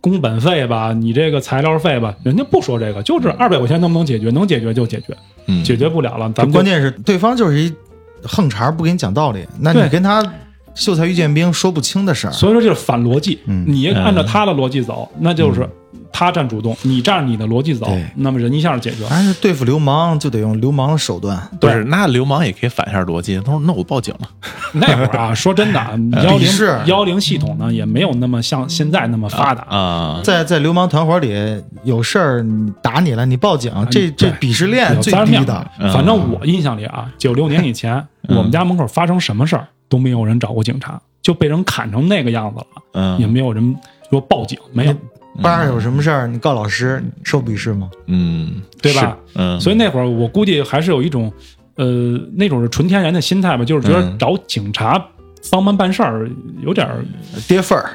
S2: 工本费吧，你这个材料费吧，人家不说这个，就这二百块钱能不能解决？能解决就解决，
S1: 嗯，
S2: 解决不了了，咱
S3: 就
S2: 们就
S3: 关键是对方就是一横茬儿，不给你讲道理，那你
S2: 对
S3: 跟他秀才遇见兵说不清的事儿，
S2: 所以说就是反逻辑，
S3: 嗯
S2: 你按照他的逻辑走，那就是他占主动，你占你的逻辑走
S3: 对，
S2: 那么人一下就解决了。
S3: 但是对付流氓就得用流氓的手段，
S1: 不是，那流氓也可以反一下逻辑，他说那我报警了，
S2: 那会儿 啊，说真的，幺
S3: 鄙
S2: 零
S3: 视
S2: 幺零系统呢也没有那么像现在那么发达，
S1: 啊，
S3: 在在流氓团伙里有事儿你打你了，你报警，这这
S2: 嗯对
S3: 鄙视链
S2: 有
S3: 最
S2: 三
S3: 低
S2: 面
S3: 的。
S1: 嗯
S2: 反正我印象里啊，九六年以前，
S1: 嗯
S2: 我们家门口发生什么事儿都没有人找过警察，就被人砍成那个样子了，也
S1: 嗯
S2: 没有人说报警，没
S3: 嗯
S2: 有，嗯
S3: 班上有什么事儿，你告老师受鄙视吗？
S1: 嗯，
S2: 对吧？
S1: 嗯，
S2: 所
S1: 以
S2: 以那会儿我估计还是有一种，呃，那种是纯天然的心态吧，就是觉得
S1: 嗯
S2: 找警察帮忙办事儿有点呃儿，
S3: 跌份儿，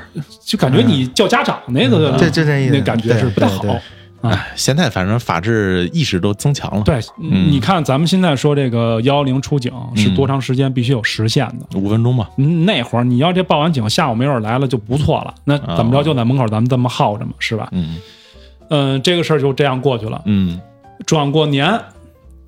S2: 就感觉你叫家长那个
S3: 嗯这这这意思
S2: 那感觉是不太好
S3: 对对对。
S1: 哎，现在反正法治意识都增强了，，
S2: 对，
S1: 嗯
S2: 你看咱们现在说这个幺幺零出警
S3: 嗯
S2: 是多长时间必须有时限的。
S1: 五分钟吧，
S2: 嗯那会儿你要这报完警，下午没有人来了就不错了。那怎么着
S1: 哦
S2: 就在门口咱们这么耗着嘛，是吧？
S1: 嗯
S2: 嗯，这个事儿就这样过去了。
S1: 嗯
S2: 转过年，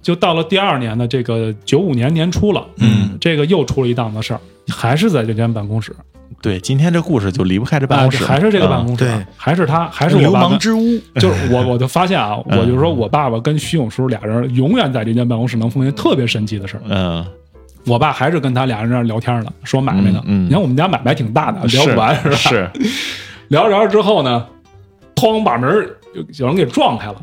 S2: 就到了第二年的这个九五年年初了。
S1: 嗯，
S2: 这个又出了一档子事儿，还是在这间办公室，
S1: 对，今天这故事就离不开这办
S2: 啊，
S1: 公室，
S2: 还是这个办公室，
S3: 嗯对
S2: 还是他，还
S3: 还
S2: 是我
S3: 流
S2: 爸爸
S3: 氓之屋，
S2: 就是我，我就发现啊，我
S1: 嗯
S2: 就说我爸爸跟徐勇叔俩人永远在这间办公室能碰见特别神奇的事儿。
S1: 嗯，
S2: 我爸还是跟他俩人在那儿聊天呢，说买卖呢。
S1: 嗯嗯
S2: 你看我们家买卖挺大的，
S1: 是
S2: 聊不完是吧？
S1: 是，
S2: 聊着聊着之后呢，哐把门儿有有人给撞开了，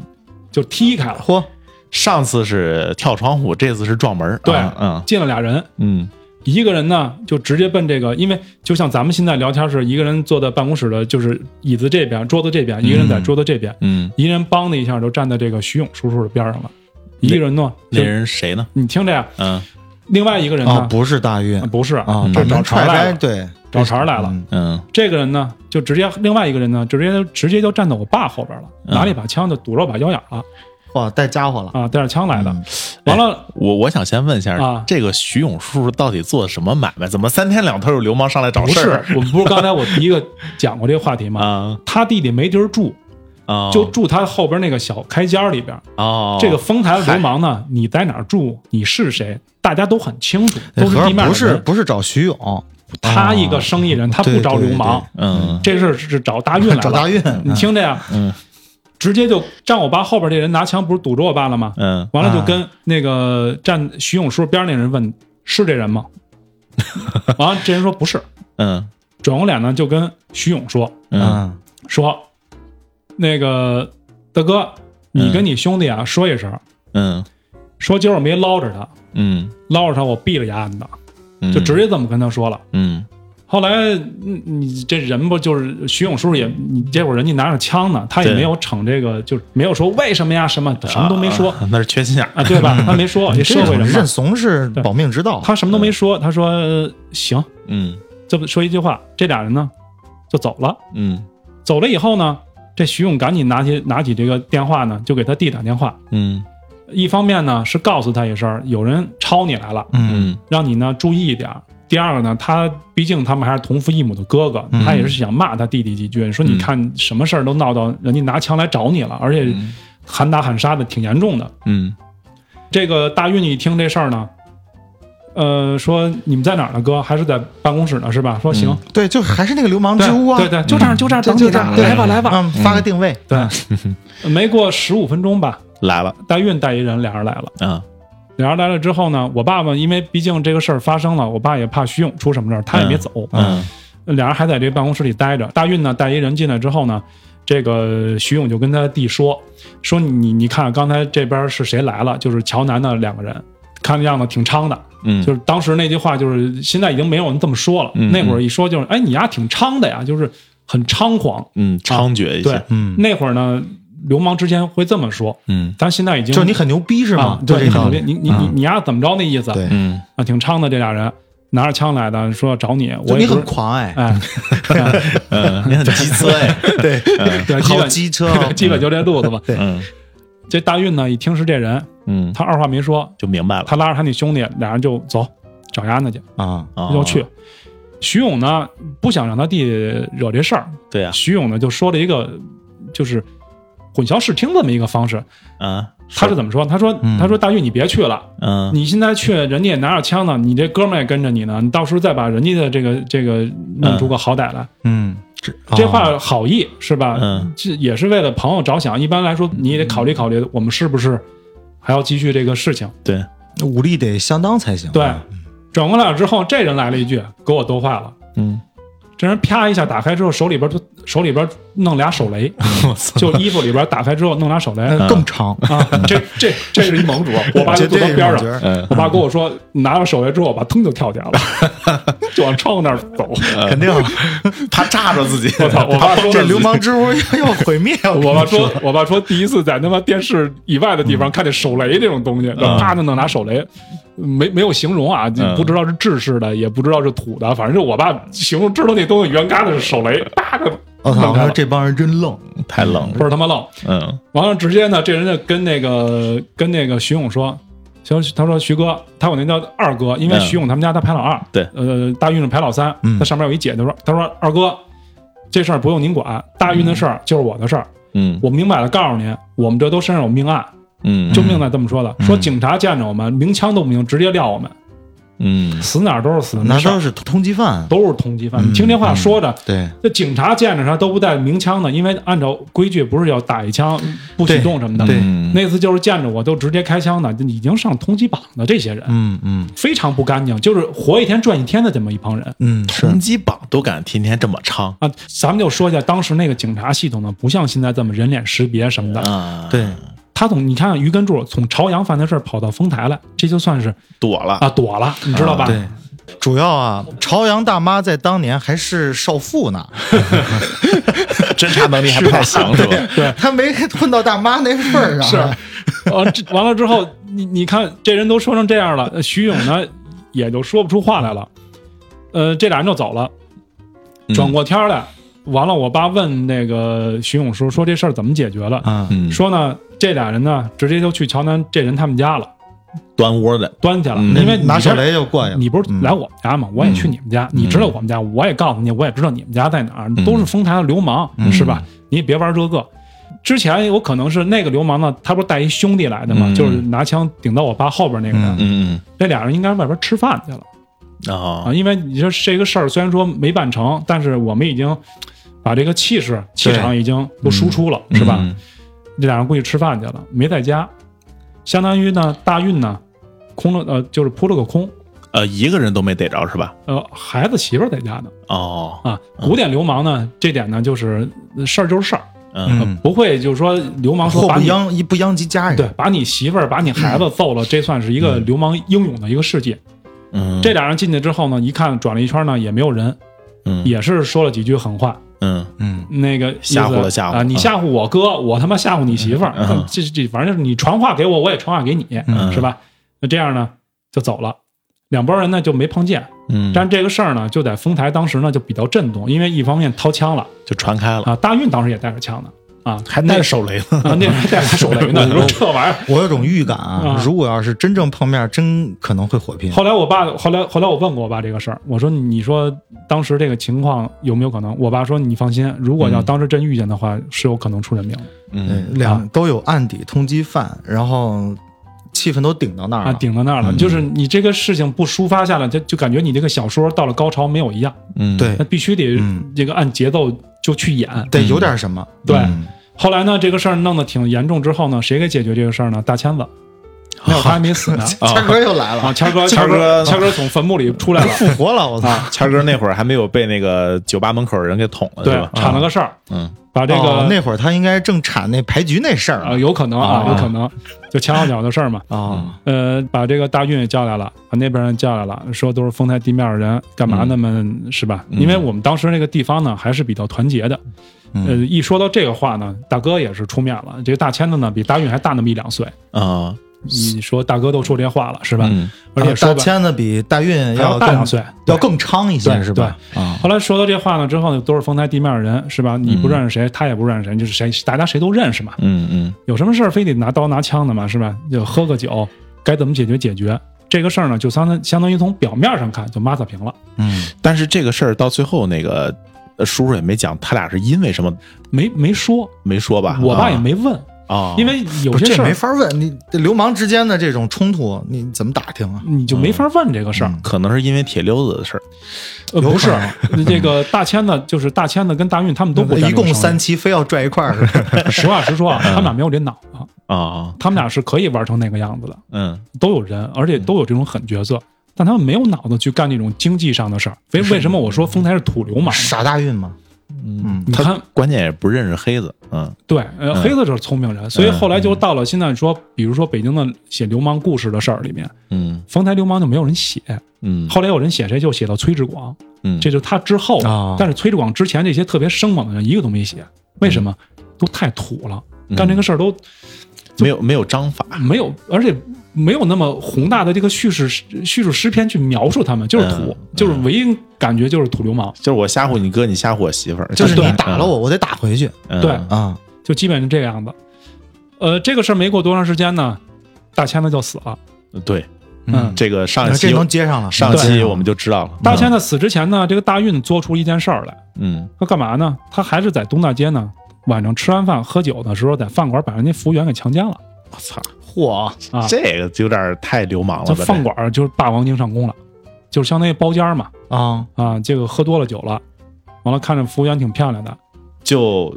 S2: 就踢开了。
S3: 嚯，
S1: 上次是跳窗户，这次是撞门儿，
S2: 对
S1: 啊嗯
S2: 进了俩人，
S1: 嗯
S2: 一个人呢就直接奔这个，因为就像咱们现在聊天是一个人坐在办公室的，就是椅子这边、桌子这边，一个人在
S1: 嗯
S2: 桌子这边，
S1: 嗯，
S2: 一人帮的一下就站在这个徐勇叔叔的边上了。一个人呢，
S1: 那
S2: 就
S1: 人谁呢？
S2: 你听着呀，
S1: 嗯
S2: 另外一个人呢，
S3: 哦，不是大运
S2: 啊不是
S3: 啊
S1: 嗯，
S3: 把
S2: 这
S3: 门
S2: 找茬
S3: 踹
S2: 儿来
S3: 开，
S2: 了。
S3: 对，
S2: 找茬儿来了
S3: 嗯，
S1: 嗯
S2: 这个人呢，就直接另外一个人呢，直接直接就站在我爸后边了，
S1: 嗯
S2: 拿了一把枪就堵着我爸腰眼了
S3: 哇，带家伙了，
S2: 啊，带着枪来的
S3: 嗯。
S2: 完了，
S1: 我我想先问一下，
S2: 啊
S1: 这个徐勇叔叔到底做的什么买卖？怎么三天两头有流氓上来找
S2: 不
S1: 事
S2: 是
S1: 儿？，
S2: 我不是刚才我第一个讲过这个话题吗？
S1: 啊
S2: 他弟弟没地儿住，
S1: 啊，
S2: 就住他后边那个小开间儿里边。
S1: 哦，
S2: 这个丰台流氓呢，你在哪儿住，你是谁，大家都很清楚，
S3: 那
S2: 都是
S3: 合
S2: 地
S3: 着
S2: 面
S3: 哎不
S2: 的
S3: 是
S2: 人。
S3: 不是找徐勇，啊
S2: 他一个生意人，他不
S3: 对
S2: 招
S3: 对
S2: 流氓，
S1: 嗯
S2: 这事儿是找大运来了。
S3: 找大运，
S2: 你听着呀，
S1: 嗯
S2: 直接就站我爸后边这人拿枪不是堵着我爸了吗？
S1: 嗯，
S2: 完了就跟那个站徐勇叔边上那人问是这人吗？完了这人说不是，
S1: 嗯
S2: 转过脸呢就跟徐勇说
S1: 嗯
S3: 嗯，
S2: 说那个大哥，你
S1: 嗯
S2: 跟你兄弟啊说一声，
S1: 嗯
S2: 说今儿我没捞着他，
S1: 嗯
S2: 捞着他我毙了一案子，
S1: 嗯，
S2: 就直接这么跟他说了。
S1: 嗯
S2: 后来，嗯你这人不就是徐勇叔也，你这会儿人家拿着枪呢，他也
S1: 对
S2: 没有逞这个，就没有说为什么呀，什么什么都没说
S1: 啊那是缺心眼儿。
S2: 啊，对吧？他没说，这社
S3: 这
S2: 会
S3: 种
S2: 人嘛
S3: 认，怂是
S2: 对
S3: 保命之道，
S2: 他什么都没说，他说呃行，
S1: 嗯
S2: 这么说一句话，这俩人呢就走了。
S1: 嗯
S2: 走了以后呢，这徐勇赶紧拿起拿起这个电话呢，就给他弟打电话。
S1: 嗯
S2: 一方面呢是告诉他一声，有人抄你来了，
S3: 嗯，
S1: 嗯
S2: 让你呢注意一点儿。第二个呢，他毕竟他们还是同父异母的哥哥，
S3: 嗯
S2: 他也是想骂他弟弟几句，说你看什么事儿都闹到人家拿枪来找你了，而且
S1: 嗯
S2: 喊打喊杀的挺严重的。
S1: 嗯
S2: 这个大运一听这事儿呢，呃，说你们在哪儿呢，哥？还是在办公室呢，是吧？说行，
S1: 嗯
S3: 对，就还是那个流氓
S2: 对
S3: 之屋啊，
S2: 对对，就这样，就这样，
S3: 这
S2: 等
S3: 就
S2: 你
S3: 这
S2: 呢
S3: 样，对
S2: 来吧，来吧。
S3: 嗯，发个定位，
S2: 对， 没过十五分钟吧，
S1: 来了
S2: 大运带一人，俩人来了。
S1: 啊
S2: 俩人来了之后呢，我爸爸因为毕竟这个事儿发生了，我爸也怕徐勇出什么事儿，他也没走。
S1: 嗯
S2: 俩人还在这办公室里待着。大运呢带一人进来之后呢，这个徐勇就跟他弟说：“说你你看刚才这边是谁来了？就是乔南的两个人，看那样子挺猖的。
S1: 嗯，
S2: 就是当时那句话，就是现在已经没有人这么说了。
S1: 嗯
S2: 那会儿一说就是，哎，你丫挺猖的呀，就是很猖狂。
S1: 嗯猖獗一
S2: 对
S1: 些，，
S3: 嗯，
S2: 那会儿呢，流氓之间会这么说，
S1: 嗯
S2: 但现在已经
S3: 就是你很牛逼是吗
S2: 啊？，对，
S3: 这
S2: 你
S3: 道
S2: 很
S3: 理，
S2: 你你你
S3: 嗯
S2: 你丫怎么着那意思？
S3: 对，
S1: 嗯
S2: 啊，挺猖的这俩人拿着枪来的，说要找你，
S3: 就
S2: 我
S3: 你
S2: 也不
S3: 很
S2: 是
S3: 狂哎，
S2: 哎，
S1: 嗯，你很机车哎，
S3: 对，
S2: 对，基
S3: 好
S2: 本，
S3: 机车哦
S2: 基本就这路子吧。
S1: 嗯
S2: 这大运呢，一听是这人，
S1: 嗯，
S2: 他二话没说，
S1: 就明白了，
S2: 他拉着他那兄弟，俩人就走找丫子去，
S3: 啊，
S1: 啊
S2: 就去。徐勇呢，不想让他弟惹这事儿，
S1: 对啊呀
S2: 徐勇呢就说了一个就是混淆视听这么一个方式。
S1: 啊，
S2: 他是怎么说？他说：“
S3: 嗯
S2: 他说大运你别去了，
S1: 嗯
S2: 你现在去，人家也拿着枪呢，你这哥们儿也跟着你呢，你到时候再把人家的这个这个弄出个好歹来。
S3: 嗯，这
S2: 这
S3: 哦
S2: 话好意是吧？
S1: 嗯，
S2: 这也是为了朋友着想。一般来说，你也得考虑考虑，我们是不是还要继续这个事情？
S1: 对，
S3: 武力得相当才行，啊
S2: 对，转过来了之后，这人来了一句，给我逗坏了。
S1: 嗯，
S2: 这人啪一下打开之后，手里边就手里边弄俩手雷，
S1: 我操，嗯
S2: 就衣服里边打开之后弄俩手雷
S3: 那更长，
S2: 啊！这这这是一盟 主，啊我爸就坐
S3: 绝对
S2: 他
S3: 是
S2: 边
S3: 猛角
S2: 上。
S3: 儿
S1: 嗯
S2: 我爸跟我说，拿了手雷之后，我爸腾就跳起来了， 就往窗户那儿走。
S1: 嗯
S3: 肯定，啊
S1: 怕炸着自己，
S2: 我操！我爸说
S3: 这流氓之屋要要毁 灭，
S2: 我爸说，我爸说，第一次在他妈电视以外的地方看见手雷这种东西，
S1: 嗯
S2: 啪就能拿手雷，没没有形容啊，就
S1: 嗯
S2: 不知道是制式的，也不知道是土的，反正就我爸形容知道那东西原嘎的是手雷，啪就
S3: 我操！我说这帮人真愣，
S1: 太冷
S2: 倍
S1: 了，
S2: 儿他妈愣。
S1: 嗯
S2: 完了，直接呢，这人就跟那个跟那个徐勇说，行，他说徐哥，他管那叫二哥，因为
S1: 嗯
S2: 徐勇他们家他排老二，
S1: 对
S2: 呃，大运是排老三，
S3: 嗯
S2: 他上面有一姐，他说，他说二哥，这事儿不用您管，大运的事儿就是我的事儿，
S1: 嗯
S2: 我明摆了告诉您，我们这都身上有命案，
S1: 嗯，
S2: 救命的这么说的，
S3: 嗯
S2: 说警察见着我们，鸣枪都不鸣，直接撂我们，
S1: 嗯
S2: 死哪儿都是死，没
S3: 那
S2: 事儿
S3: 都是通缉犯。
S2: 都是通缉犯。
S3: 嗯
S2: 你听这话说着，
S3: 对
S2: 这警察见着他都不带鸣枪的，因为按照规矩不是要打一枪不许
S3: 对
S2: 动什么的。
S3: 对
S1: 嗯
S2: 那次就是见着我都直接开枪的，就已经上通缉榜的这些人，
S3: 嗯嗯
S2: 非常不干净，就是活一天赚一天的这么一帮人。
S3: 嗯，是
S1: 通缉榜都敢天天这么唱
S2: 啊，咱们就说一下当时那个警察系统呢，不像现在这么人脸识别什么
S3: 嗯
S2: 的。
S1: 啊，
S3: 对，
S2: 他从你看于根柱从朝阳犯的事儿跑到丰台来，这就算是
S1: 躲了
S2: 啊躲了，你知道吧？
S3: 对，主要啊，朝阳大妈在当年还是少妇呢，
S1: 侦查能力还不太行是吧？
S3: 她 没混到大妈那份儿上。啊
S2: 是，完这完了之后，你你看这人都说成这样了，呃徐勇呢也就说不出话来了。呃，这俩人就走了，
S1: 嗯
S2: 转过天儿来，完了，我爸问那个徐勇说说这事儿怎么解决了，
S3: 啊，
S1: 嗯，
S2: 说呢这俩人呢直接就去乔南这人他们家了，
S1: 端窝的，
S2: 端去了，
S1: 嗯
S3: 那
S2: 因为你
S3: 拿
S2: 这
S3: 手。雷就过去了。
S2: 你不是
S3: 嗯
S2: 来我们家吗？我也去你们家，你知道
S1: 哎嗯
S2: 我们家，我也告诉你，我也知道你们家在哪儿，
S1: 嗯
S2: 都是丰台的流氓，
S3: 嗯
S2: 是吧？你也别玩这个。之前有可能是那个流氓呢，他不是带一兄弟来的吗？
S1: 嗯
S2: 就是拿枪顶到我爸后边那个人，
S3: 嗯
S1: 嗯
S2: 这俩人应该外边吃饭去了
S1: 嗯啊
S2: 啊。，因为你说这个事儿虽然说没办成，但是我们已经把这个气势、气场已经都输出了，啊是吧？
S1: 嗯
S2: 这俩人过去吃饭去了，没在家，相当于呢大运呢空了，呃，就是扑了个空。
S1: 呃，一个人都没逮着是吧？
S2: 呃，孩子媳妇儿在家呢
S1: 哦，
S2: 啊。古典流氓呢，这点呢就是呃事儿就是事儿，
S1: 嗯
S3: 嗯
S2: 不会就是说流氓说
S3: 祸
S2: 把
S3: 不
S2: 你
S3: 殃一不殃及家人。
S2: 对，把你媳妇儿、把你孩子揍了，这算是一个流氓英勇的一个事迹。
S1: 嗯，
S2: 这俩人进去之后呢，一看转了一圈呢，也没有人，
S1: 嗯
S2: 也是说了几句狠话，
S1: 嗯
S3: 嗯，
S2: 那个意思
S1: 吓唬了吓唬
S2: 啊，你
S1: 嗯
S2: 吓唬我哥，我他妈吓唬你媳妇儿
S1: 嗯嗯，
S2: 这这反正就是你传话给我，我也传话给你
S1: 嗯，
S2: 是吧？那这样呢就走了，两拨人呢就没碰见，
S1: 嗯，
S2: 但这个事儿呢就在丰台当时呢就比较震动，因为一方面掏枪了
S1: 就传开了，
S2: 啊，大运当时也带着枪呢啊，
S1: 还
S2: 那
S1: 带着手雷呢，
S2: 啊那还带着手雷呢，你说这玩意儿。
S3: 我有种预感啊
S2: 啊，
S3: 如果要是真正碰面，真可能会火拼。
S2: 后来我爸，后来后来我问过我爸这个事儿，我说你说当时这个情况有没有可能？我爸说你放心，如果要当时真遇见的话，是有可能出人命的。
S1: 嗯
S3: 嗯，两都有案底通缉犯，然后气氛都顶到那儿
S2: 啊，
S3: 了。
S2: 顶到那儿了。就是你这个事情不抒发下来，就就感觉你这个小说到了高潮没有一样，
S1: 嗯，
S3: 对
S2: 那，必须得
S3: 嗯
S2: 这个按节奏就去演。
S3: 得有点什么。
S2: 对
S3: 嗯
S2: 后来呢，这个事儿弄得挺严重之后呢，谁给解决这个事儿呢？大签子，那会儿他还没死 呢。
S3: 谦儿哥又来
S2: 啊，
S3: 了，
S2: 谦儿哥，
S1: 谦儿
S2: 谦
S1: 哥
S2: 哥，谦儿哥从坟墓里出来了，
S3: 复活了，我操！
S1: 谦儿哥那会儿还没有被那个酒吧门口人给捅了，
S2: 对
S1: 是吧，啊
S2: 铲了个事儿，
S1: 嗯
S2: 把这
S3: 哦
S2: 个
S3: 那会儿他应该正产那牌局那事儿
S2: 啊，有可能啊
S1: 啊，
S2: 有可能就前后脚的事 儿嘛。
S3: 啊，
S2: 呃，把这个大运也叫来了，把那边人叫来了，说都是丰台地面的人，干嘛那么是吧？
S1: 嗯
S2: 因为我们当时那个地方呢，还是比较团结的。
S3: 嗯
S2: 呃，一说到这个话呢，大哥也是出面了。这个大签子呢，比大运还大那么一两岁。
S1: 啊，
S2: 你说大哥都说这话了是吧？
S1: 嗯
S2: 而且说
S3: 嗯啊大
S2: 吧，
S3: 签子比大运
S2: 还要
S3: 要
S2: 大
S3: 更
S2: 两岁。
S3: 要更昌一些
S2: 对
S3: 是吧？啊，
S2: 后来说到这话呢之后呢，都是丰台地面的人是吧？
S3: 嗯
S2: 你不认识谁，他也不认识谁，就是谁，大家谁都认识嘛。
S1: 嗯嗯
S2: 有什么事儿非得拿刀拿枪的嘛，是吧？就喝个酒，该怎么解决解决。这个事儿呢，就相当相当于从表面上看就抹擦平了，
S3: 嗯，
S1: 但是这个事儿到最后，那个呃叔叔也没讲他俩是因为什么，
S2: 没没说，
S1: 没说吧？
S2: 我爸也没问，
S1: 啊，
S2: 因为有
S3: 不是
S2: 些
S3: 这
S2: 事
S3: 没
S2: 儿
S3: 法问，你这流氓之间的这种冲突，你怎么打听啊？
S2: 你就没法问这个事儿。
S3: 嗯
S1: 可能是因为铁溜子的事儿，
S2: 呃，
S3: 有
S2: 不
S3: 可
S2: 是
S3: 能，
S2: 这个大签子就是大签子跟大运他们都不干这
S3: 一
S2: 个
S3: 共
S2: 生
S3: 三
S2: 意。
S3: 期，非要拽一 块儿是吧，
S2: 实话实说啊，他们俩没有这脑子，
S1: 啊，
S2: 他们俩是可以玩成那个样子的，
S1: 嗯
S2: 都有人，而且都有这种狠角色，但他们没有脑子去干这种经济上的事儿。为为什么我说丰台是土流氓呢？
S3: 傻大运嘛。
S1: 嗯，
S3: 嗯，
S2: 你看，
S1: 关键也不认识黑子，嗯
S2: 对，呃，
S1: 嗯
S2: 黑子就是聪明人，所以后来就到了现在说，比如说北京的写流氓故事的事儿里面，
S1: 嗯
S2: 丰台流氓就没有人写，
S1: 嗯
S2: 后来有人写谁就写到崔志广，
S1: 嗯，
S2: 这就是他之后
S3: 啊。
S2: 但是崔志广之前这些特别生猛的人一个都没写，为什么？
S1: 嗯
S2: 都太土了，干这个事儿都
S1: 没有没有章法，
S2: 没有，而且没有那么宏大的这个叙事叙述诗篇去描述他们，就是土，
S1: 嗯
S2: 就是唯一感觉就是土流氓，
S1: 就是我吓唬你哥，你吓唬我媳妇儿，
S3: 就是
S2: 对
S3: 你打了我，我得打回去
S1: 嗯，
S2: 对
S1: 嗯
S3: 啊。
S2: 就基本是这个样子。呃，这个事儿没过多长时间呢，大千子就死了。
S1: 对，
S2: 嗯
S1: 这个上
S3: 那
S1: 一期
S3: 这能接上了，嗯
S1: 上期
S2: 对
S1: 我们就知道了，
S2: 大千子死之前呢，这个大运做出一件事儿来，
S1: 嗯
S2: 他干嘛呢？他还是在东大街呢，晚上吃完饭喝酒的时候，在饭馆把人家服务员给强奸了
S1: 我操，
S3: 嚯，
S2: 啊！
S1: 这个有点太流氓了
S2: 这
S1: 吧？
S2: 饭馆就是霸王经上弓了，就是相当于包间儿嘛
S3: 啊，
S2: 啊，这个喝多了酒了，完了看着服务员挺漂亮的
S1: 这就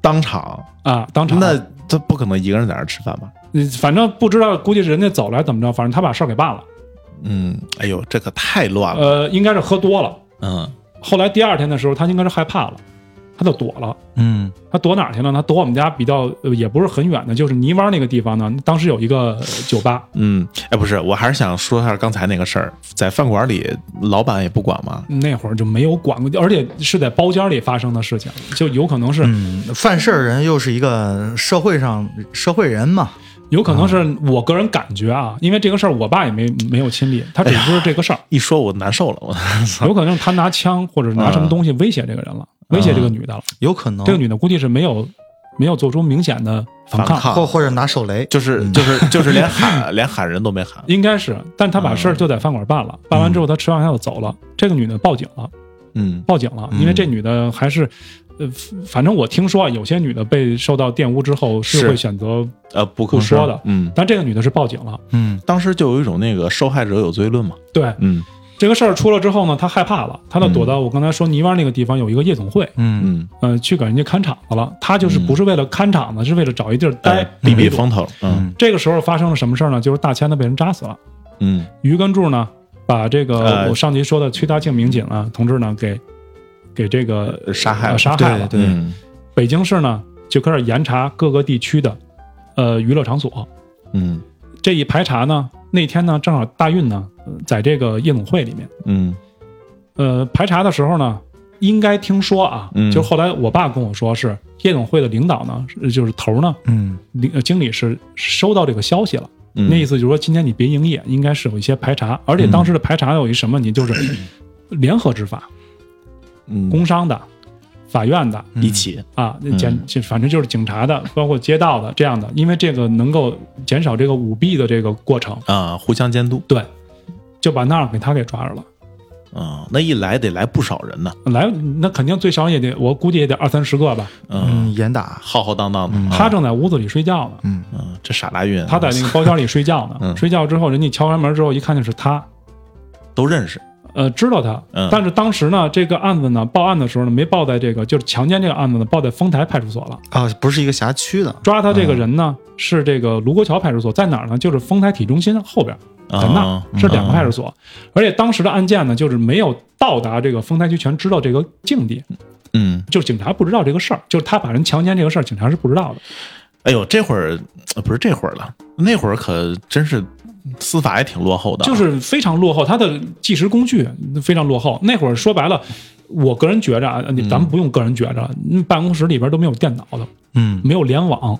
S1: 当场，
S2: 啊，当场
S1: 那他不可能一个人在那儿吃饭吧？
S2: 呃反正不知道，估计是人家走了还是怎么着，反正他把事儿给办了。
S1: 嗯，哎呦，这可太乱了，
S2: 呃，应该是喝多了。
S1: 嗯
S2: 后来第二天的时候，他应该是害怕了，他就躲了。
S3: 嗯
S2: 他躲哪儿去了呢？他躲我们家比较呃也不是很远的，就是泥湾那个地方呢。当时有一个呃酒吧，
S1: 嗯，哎，不是，我还是想说一下刚才那个事儿，在饭馆里，老板也不管吗？
S2: 那会儿就没有管过，而且是在包间里发生的事情，就有可能是，
S3: 嗯，犯事儿人又是一个社会上社会人嘛，
S2: 有可能是我个人感觉啊，因为这个事儿我爸也没没有亲历，他只知道这 个事儿，
S1: 一说我难受了，我
S2: 有可能是他拿枪或者拿什么东西威胁这个人了，威胁这个女的了。
S3: 有可能
S2: 这个女的估计是没有没有做出明显的哦反抗，
S1: 抗
S3: 啊或或者拿手雷，
S1: 就是就是就是连喊连喊人都没喊，
S2: 应该是，但他把事儿就在饭馆办了，办完之后他吃完饭就走了，这个女的报警了。
S1: 嗯
S2: 报警了，
S3: 嗯
S2: 因为这女的还是，呃，反正我听说啊，有些女的被受到玷污之后
S1: 是
S2: 是会选择，
S1: 呃不
S2: 不
S1: 吭
S2: 说
S1: 声
S2: 的
S1: 嗯，
S2: 但这个女的是报警了。
S3: 嗯
S1: 当时就有一种那个受害者有罪论嘛，
S2: 对
S1: 嗯
S2: 这个事儿出了之后呢，她害怕了，她就躲到我刚才说泥湾那个地方有一个夜总会，
S3: 嗯
S1: 嗯，
S2: 呃，去给人家看场子了。她就是
S1: 嗯
S2: 不是为了看场子，是为了找一地儿
S1: 哎
S2: 待
S1: 避避
S2: 避
S1: 风
S2: 风。
S1: 头，嗯
S3: 嗯
S2: 这个时候发生了什么事儿呢？就是大千子被人扎死了，
S1: 嗯
S2: 于根柱呢把这个
S1: 呃
S2: 我上集说的崔大庆民警啊同志呢给给这个
S1: 呃杀害了
S2: 呃杀害了
S3: 对。对
S1: 嗯
S2: 北京市呢就开始严查各个地区的呃娱乐场所。
S1: 嗯
S2: 这一排查呢，那天呢正好大运呢呃在这个夜总会里面，
S1: 嗯
S2: 呃排查的时候呢，应该听说啊，
S1: 嗯
S2: 就是后来我爸跟我说是夜总会的领导呢，是就是头儿呢，
S3: 嗯
S2: 领呃经理是收到这个消息了。
S1: 嗯，
S2: 那意思就是说，今天你别营业，应该是有一些排查，而且当时的排查有一什么问题，就是联合执法，
S1: 嗯
S2: 工商的、法院的，
S1: 一起，
S2: 啊，那减
S1: 嗯
S2: 就反正就是警察的，包括街道的这样的，因为这个能够减少这个舞弊的这个过程，
S1: 啊，互相监督
S2: 对，就把那儿给他给抓着了。
S1: 啊，那一来得来不少人呢，
S2: 来，那肯定最少也得，我估计也得二三十个吧。
S1: 嗯，
S3: 嗯，严打，
S1: 浩浩荡荡的，啊
S3: 嗯
S2: 他正在屋子里睡觉呢，
S3: 嗯
S1: 嗯，这傻大运，
S2: 他在那个包间里睡觉呢。
S1: 嗯
S2: 睡觉之后，人家敲完门之后一看就是他，
S1: 都认识，
S2: 呃，知道他
S1: 嗯。
S2: 但是当时呢，这个案子呢，报案的时候呢，没报在这个就是强奸这个案子呢，报在丰台派出所了。
S3: 啊，不是一个辖区的，
S2: 抓他这
S1: 嗯
S2: 个人呢，是这个卢沟桥派出所，在哪儿呢？就是丰台体中心后边。
S1: 啊嗯
S2: 在那儿是两个派出所，而且当时的案件呢，就是没有到达这个丰台区全知道这个境地，
S1: 嗯，
S2: 就是警察不知道这个事儿，就是他把人强奸这个事儿，警察是不知道的。
S1: 哎呦，这会儿呃不是这会儿了，那会儿可真是司法也挺落后的啊，
S2: 就是非常落后，他的计时工具非常落后。那会儿说白了，我个人觉着啊，你咱们不用个人觉着，嗯办公室里边都没有电脑的，
S3: 嗯
S2: 没有联网，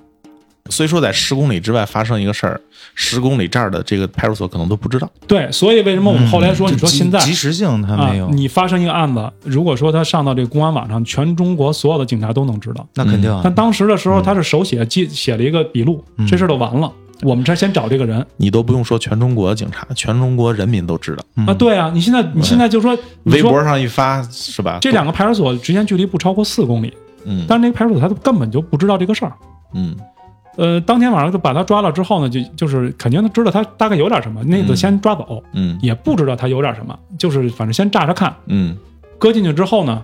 S1: 所以说在十公里之外发生一个事儿，十公里这儿的这个派出所可能都不知道。
S2: 对，所以为什么我们后来说，
S3: 就
S2: 你说
S3: 及
S2: 现在
S3: 及嗯时性他
S2: 啊
S3: 没有，，
S2: 你发生一个案子，如果说他上到这个公安网上，全中国所有的警察都能知道。
S3: 那肯定啊，
S2: 嗯但当时的时候，他是手写记写了一个笔录，这事儿就完了。我们这先找这个人
S1: 你都不用说全中国警察，全中国人民都知道。
S2: 啊，对啊，你现在你现在就说，你
S1: 微
S2: 说
S1: 博上一发是吧？
S2: 这两个派出所之间距离不超过四公里，
S1: 嗯
S2: 但是那个派出所他都根本就不知道这个事儿。
S1: 嗯
S2: 呃，当天晚上就把他抓了之后呢，就就是肯定他知道他大概有点什么，那个先抓走，
S1: 嗯
S2: 也不知道他有点什么，就是反正先炸着看。
S1: 嗯，
S2: 搁进去之后呢，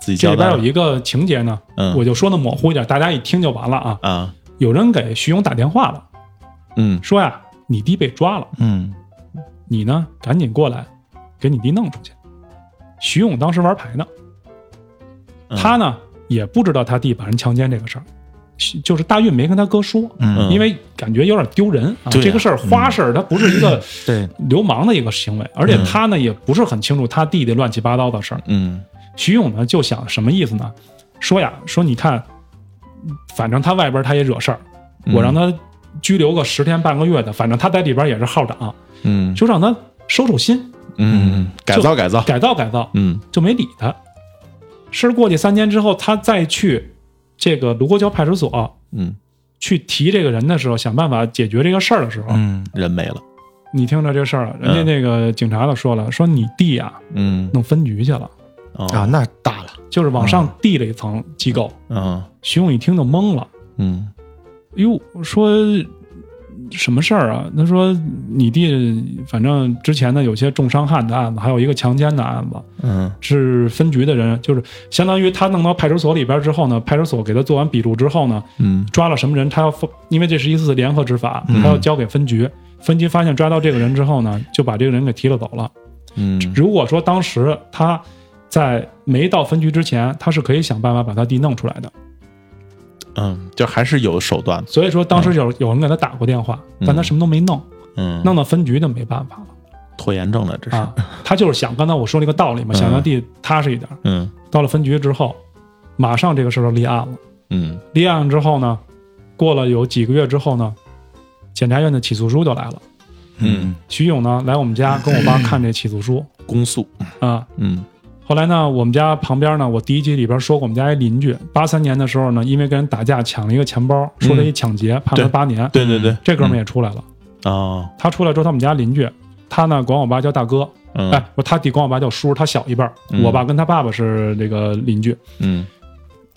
S1: 自己
S2: 这
S1: 交
S2: 里边
S1: 代
S2: 有
S1: 了。
S2: 一个情节呢，
S1: 嗯
S2: 我就说的模糊一点，大家一听就完了啊。
S1: 啊
S2: 有人给徐勇打电话了，
S1: 嗯
S2: 说呀，你弟被抓了。
S3: 嗯
S2: 你呢，赶紧过来，给你弟弄出去。徐勇当时玩牌呢，
S1: 嗯
S2: 他呢也不知道他弟把人强奸这个事儿，徐就是大运没跟他哥说，
S3: 嗯，
S2: 因为感觉有点丢人啊。
S1: 对啊嗯
S2: 这个事儿花事儿，他不是一个
S3: 对，
S2: 流氓的一个行为，而且他呢也不是很清楚他弟弟乱七八糟的事儿。
S1: 嗯
S2: 徐勇呢就想什么意思呢？说呀，说你看，反正他外边他也惹事儿，
S1: 嗯
S2: 我让他拘留个十天半个月的，反正他在里边也是号长，
S1: 嗯
S2: 就让他收收心，
S1: 嗯，改造改造，
S2: 改造改造，
S1: 嗯
S2: 就没理他。事儿过去三年之后，他再去这个卢沟桥派出所
S1: 嗯
S2: 去提这个人的时候，想办法解决这个事儿的时候，
S1: 嗯，人没了，
S2: 你听着这事儿了，人家
S1: 嗯
S2: 那个警察都说了，说你弟啊
S1: 嗯
S2: 弄分局去了，
S3: 啊，
S1: 哦，
S3: 那大了，
S2: 就是往上递了一层机构。
S1: 嗯
S2: 徐勇一听就懵了，
S1: 嗯
S2: 哟，说什么事儿啊？他说你弟反正之前的有些重伤害的案子，还有一个强奸的案子，
S1: 嗯
S2: 是分局的人，就是相当于他弄到派出所里边之后呢，派出所给他做完笔录之后呢，
S1: 嗯
S2: 抓了什么人，他要分，因为这是一次联合执法，
S1: 嗯
S2: 他要交给分局。分局发现抓到这个人之后呢，就把这个人给提了走了。
S1: 嗯
S2: 如果说当时他在没到分局之前，他是可以想办法把他弟弄出来的。
S1: 嗯，就还是有手段的，
S2: 所以说当时有有人给他打过电话，但他什么都没弄，
S1: 嗯，
S2: 弄到分局就没办法了
S1: 拖延症了，这是，
S2: 啊。他就是想刚才我说那个道理嘛，
S1: 嗯
S2: 想让弟踏实一点。
S1: 嗯
S2: 到了分局之后，马上这个事儿就立案了。
S1: 嗯
S2: 立案之后呢，过了有几个月之后呢，检察院的起诉书就来了。
S1: 嗯，
S2: 徐勇呢来我们家跟我爸看这起诉书
S1: 公诉，
S2: 啊。
S1: 嗯
S2: 后来呢，我们家旁边呢，我第一集里边说过，我们家一邻居八三年的时候呢，因为跟人打架抢了一个钱包，说他一抢劫，判
S1: 嗯对嗯
S2: 了八年。
S1: 对对对，
S2: 这哥们儿也出来了。
S1: 哦，
S2: 他出来之后，他们家邻居，他呢管我爸叫大哥，
S1: 嗯
S2: 哎，不，他弟管我爸叫叔，他小一辈儿。
S1: 嗯
S2: 我爸跟他爸爸是这个邻居。
S1: 嗯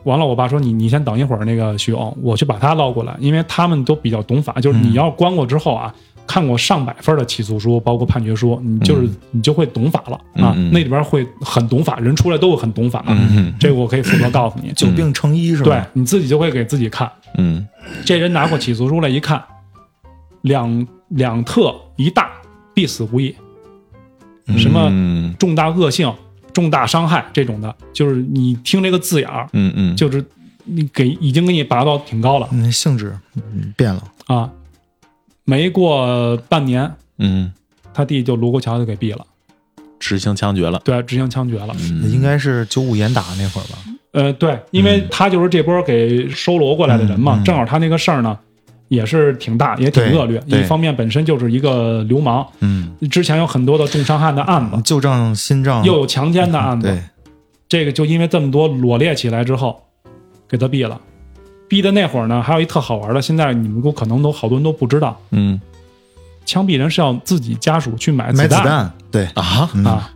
S2: 完了，我爸说你你先等一会儿，那个徐勇，我去把他捞过来，因为他们都比较懂法，就是你要关过之后啊，
S1: 嗯
S2: 看过上百份的起诉书，包括判决书，你就是、你就会懂法了啊，
S1: 嗯嗯嗯
S2: 那里边会很懂法，人出来都会很懂法，
S1: 嗯
S2: 这个我可以负责告诉你，
S3: 久病成医是吧？
S2: 对你自己就会给自己看，
S1: 嗯
S2: 这人拿过起诉书来一看，两两特一大，必死无疑，
S1: 嗯，
S2: 什么
S1: 嗯
S2: 重大恶性、重大伤害这种的，就是你听这个字眼儿，
S1: 嗯嗯，
S2: 就是你给已经给你拔到挺高了。
S3: 嗯，性质嗯变了，
S2: 啊，没过半年，
S1: 嗯
S2: 他弟就卢沟桥就给毙了，
S1: 执行枪决了，
S2: 对，执行枪决了。
S1: 嗯
S3: 应该是九五严打那会儿吧？
S2: 呃，对，因为他就是这波给收罗过来的人嘛，
S3: 嗯嗯
S2: 正好他那个事儿呢。也是挺大，也挺
S3: 对
S2: 恶劣。
S3: 对
S2: 一方面本身就是一个流氓，
S1: 嗯
S2: 之前有很多的重伤害的案子，
S3: 旧账新账
S2: 又有强奸的案子，
S3: 嗯对，
S2: 这个就因为这么多罗列起来之后，给他毙了。毙的那会儿呢，还有一特好玩的，现在你们都可能都好多人都不知道，
S1: 嗯
S2: 枪毙人是要自己家属去买
S3: 买
S2: 子
S3: 子弹，对，
S1: 啊，
S3: 嗯
S2: 啊，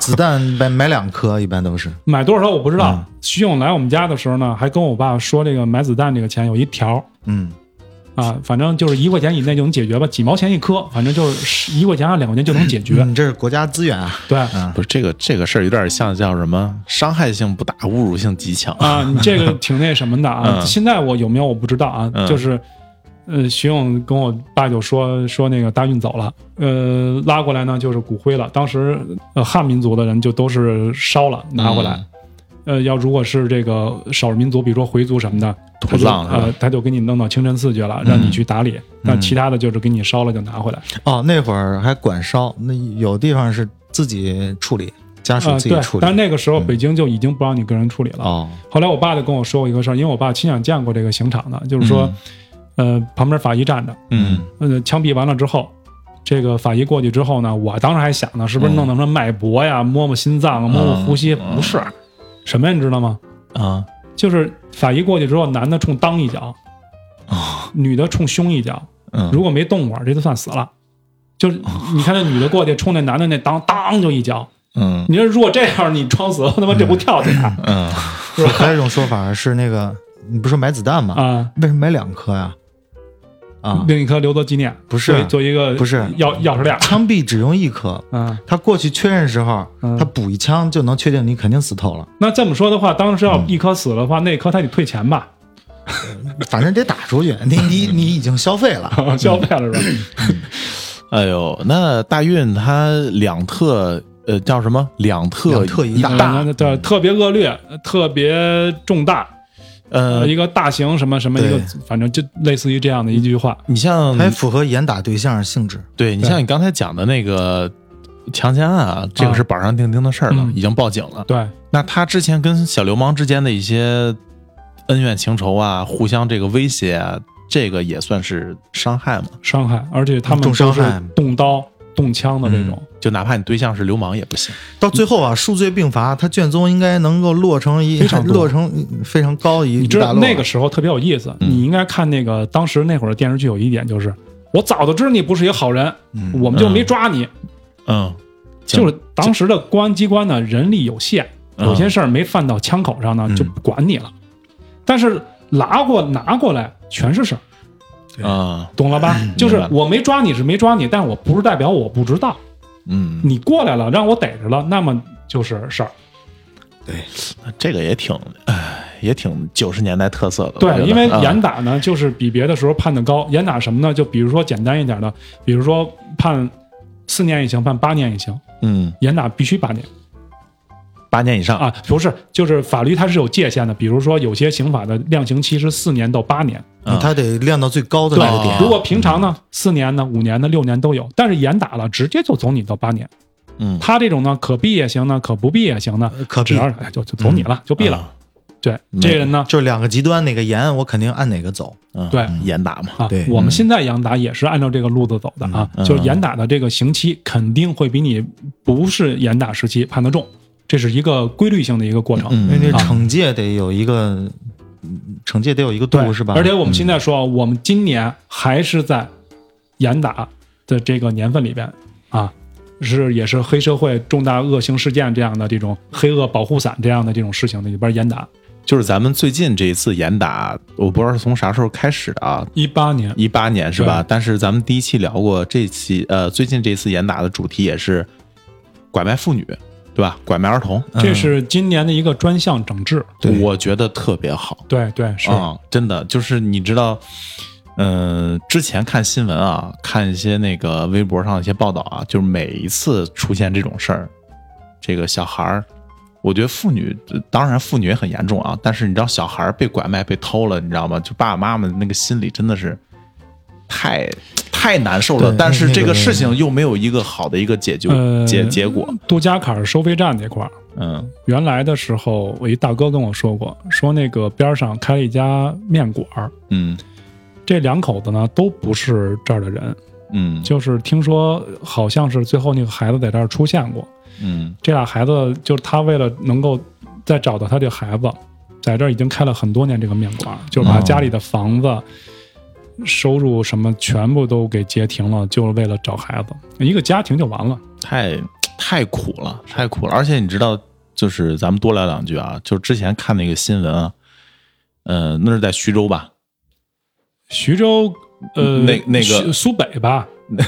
S3: 子弹买买两颗，一般都是
S2: 买多少我不知道。徐勇来我们家的时候呢，还跟我爸说这个买子弹这个钱有一条
S3: 嗯，
S2: 啊，反正就是一块钱以内就能解决吧，几毛钱一颗，反正就是十一块钱啊两块钱就能解决。
S3: 嗯你这是国家资源啊，
S2: 对
S1: 不是这个这个事儿有点像叫什么伤害性不大，侮辱性极强，
S2: 啊，你这个挺那什么的啊。
S1: 嗯
S2: 现在我有没有我不知道啊，
S1: 嗯
S2: 就是。呃，徐勇跟我爸就说说那个大运走了，呃，拉过来呢就是骨灰了。当时呃汉民族的人就都是烧了拿过来，
S1: 嗯
S2: 呃，要如果是这个少数民族，比如说回族什么的，他
S1: 土
S2: 就
S1: 葬是吧嗯
S2: 呃，他就给你弄到清真寺去了，让你去打理。那、其他的就是给你烧了就拿回来。
S3: 哦，那会儿还管烧，那有地方是自己处理，家属
S2: 啊，
S3: 自
S2: 对
S3: 己处，理。
S2: 但那个时候
S1: 嗯
S2: 北京就已经不让你个人处理了。
S3: 哦，
S2: 后来我爸就跟我说过一个事儿，因为我爸亲眼见过这个刑场的，就是说，呃，旁边法医站着，
S1: 嗯
S2: 呃，枪毙完了之后。这个法医过去之后呢，我当时还想呢，是不是弄弄什么脉搏呀，摸摸心脏
S1: 嗯
S2: 啊，摸摸呼吸？不是，什么呀，你知道吗？
S1: 啊
S2: 就是法医过去之后，男的冲裆一脚，女的冲胸一脚。
S1: 哦嗯，
S2: 如果没动过，这就算死了。就是你看那女的过去冲那男的那裆，当就一脚。
S1: 嗯
S2: 你说如果这样你撞死了，他妈这不跳起来
S1: 嗯
S3: 还有一种说法是那个，你不是买子弹吗？
S1: 嗯
S2: 啊？
S3: 为什么买两颗呀？啊，
S2: 另一颗留作纪念，
S3: 不是
S2: 作为做一个
S3: 不是嗯
S2: 钥钥匙链
S3: 枪毙只用一颗，
S2: 啊？
S3: 他过去确认时候，
S2: 嗯
S3: 他补一枪就能确定你肯定死透了，
S2: 那这么说的话，当时要一颗死了的话，那一颗他得退钱吧？
S3: 反正得打出去。你你你已经消费了，
S2: 消费了
S3: 嗯
S2: 是吧？
S1: 哎呦，那大运他两特呃叫什么两特
S3: 两特一大
S1: 大
S2: 嗯对，特别恶劣，特别重大，
S1: 呃
S2: 呃，一个大型什么什么一
S3: 对
S2: 个，反正就类似于这样的一句话。
S1: 你
S2: 嗯
S1: 像
S3: 还符合严打对象性质。
S1: 对你
S2: 对
S1: 像你刚才讲的那个强奸案啊，这个是板上钉钉的事儿了，
S2: 嗯
S1: 已经报警了。
S2: 对，
S1: 那他之前跟小流氓之间的一些恩怨情仇啊，互相这个威胁啊，这个也算是伤害嘛？
S2: 伤害，而且他们
S3: 重
S2: 都
S3: 伤
S2: 是
S3: 害嗯
S2: 动刀动枪的这种。
S1: 就哪怕你对象是流氓也不行。
S3: 到最后啊，数罪并罚，他卷宗应该能够落成一
S2: 非常多
S3: 落成非常高一
S2: 你
S3: 一
S2: 知
S3: 大
S2: 道
S3: 摞。
S2: 那个时候特别有意思，
S1: 嗯
S2: 你应该看那个当时那会儿电视剧有一点就是，我早就知道你不是一个好人，
S1: 嗯
S2: 我们就没抓你。
S1: 嗯，行
S2: 就是当时的公安机关呢，人力有限，
S1: 嗯
S2: 有些事儿没犯到枪口上呢，
S1: 嗯
S2: 就不管你了。但是拿过拿过来全是事儿，
S1: 啊，
S2: 懂了吧？就
S1: 明
S2: 是
S1: 白
S2: 我没抓你是没抓你，但我不是代表我不知道，
S1: 嗯，
S2: 你过来了让我逮着了，那么就是事儿。
S1: 这个也挺，唉，也挺九十年代特色的。我觉
S2: 对，
S1: 得
S2: 因为
S1: 啊
S2: 严打呢，就是比别的时候判的高。严打什么呢？就比如说简单一点的，比如说判四年以刑，判八年以刑，
S1: 嗯
S2: 严打必须八年
S1: 八年以上
S2: 啊，不是，就是法律它是有界限的。比如说有些刑法的量刑期是四年到八年，
S1: 嗯
S3: 他得亮到最高的
S2: 对
S3: 那个点。
S1: 哦
S2: 如果平常呢，四年呢、五年呢、六年都有，但是严打了，直接就走你到八年。
S1: 嗯，
S2: 他这种呢，可避也行呢，可不避也行呢，
S3: 呃可
S2: 只
S3: 避
S2: 要哎就就走你了，就避了。
S1: 啊
S2: 对，
S1: 嗯
S2: 这人呢，
S3: 就是两个极端，哪个严，我肯定按哪个走。
S1: 嗯
S2: 对
S1: 严打嘛，
S2: 啊
S3: 对，
S2: 我们现在严打也是按照这个路子走的啊，
S1: 嗯
S2: 就是严打的这个刑期肯定会比你不是严打时期判的重，这是一个规律性的一个过程。
S1: 嗯
S3: 因为这
S2: 啊
S3: 惩戒得有一个，嗯惩戒得有一个
S2: 对，
S3: 度是吧？嗯
S2: 而且我们现在说，啊我们今年还是在严打的这个年份里边啊，是也是黑社会重大恶性事件这样的这种黑恶保护伞这样的这种事情的里边严打。
S1: 就是咱们最近这一次严打，我不知道是从啥时候开始的啊。
S2: 一八年，
S1: 一八年是吧？但是咱们第一期聊过，这期呃最近这次严打的主题也是拐卖妇女，对吧？拐卖儿童，
S3: 嗯
S2: 这是今年的一个专项整治。
S3: 对
S1: 我觉得特别好。
S2: 对对是，
S1: 嗯，真的就是你知道，嗯、之前看新闻啊，看一些那个微博上的一些报道啊，就是每一次出现这种事儿，这个小孩儿，我觉得妇女当然妇女也很严重啊，但是你知道小孩儿被拐卖被偷了，你知道吗？就爸爸妈妈那个心里真的是太太难受了，
S3: 对
S1: 但是
S3: 那
S1: 这个
S3: 个
S1: 事情又没有一个好的一个解救、
S2: 呃
S1: 结结果，
S2: 杜家坎儿收费站这块儿，
S1: 嗯
S2: 原来的时候，我一大哥跟我说过，说那个边儿上开了一家面馆儿，
S1: 嗯
S2: 这两口子呢都不是这儿的人，
S1: 嗯
S2: 就是听说好像是最后那个孩子在这儿出现过，
S1: 嗯
S2: 这俩孩子就是他为了能够再找到他这孩子，在这儿已经开了很多年这个面馆儿，就是把
S1: 哦
S2: 家里的房子、收入什么全部都给截停了，就是为了找孩子，一个家庭就完了。
S1: 太太苦了，太苦了。而且你知道，就是咱们多聊两句啊，就之前看那个新闻啊，呃，那是在徐州吧？
S2: 徐州，呃，
S1: 那那个
S2: 徐苏北吧，博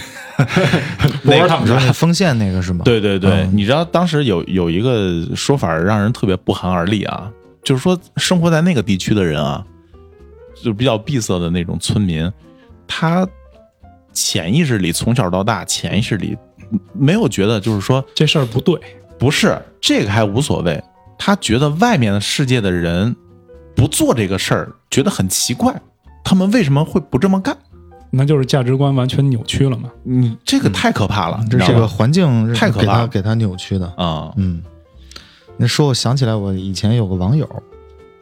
S1: 那
S2: 儿
S1: 个
S2: 他们
S3: 你说
S2: 说
S3: 那丰县那个是吗？，
S1: 对对对，
S3: 嗯
S1: 你知道当时有有一个说法让人特别不寒而栗啊，就是说生活在那个地区的人啊，就比较闭塞的那种村民，他潜意识里从小到大潜意识里没有觉得就是说
S2: 这事儿不对。
S1: 不是这个还无所谓，他觉得外面的世界的人不做这个事儿，觉得很奇怪，他们为什么会不这么干？
S2: 那就是价值观完全扭曲了嘛。
S1: 你嗯这个太可怕了，
S3: 这
S1: 你知
S3: 这
S1: 道
S3: 个
S1: 吗
S3: 环境
S1: 太可
S3: 给
S1: 怕了
S3: 他给他扭曲的。
S1: 啊、
S3: 嗯，那说我想起来，我以前有个网友，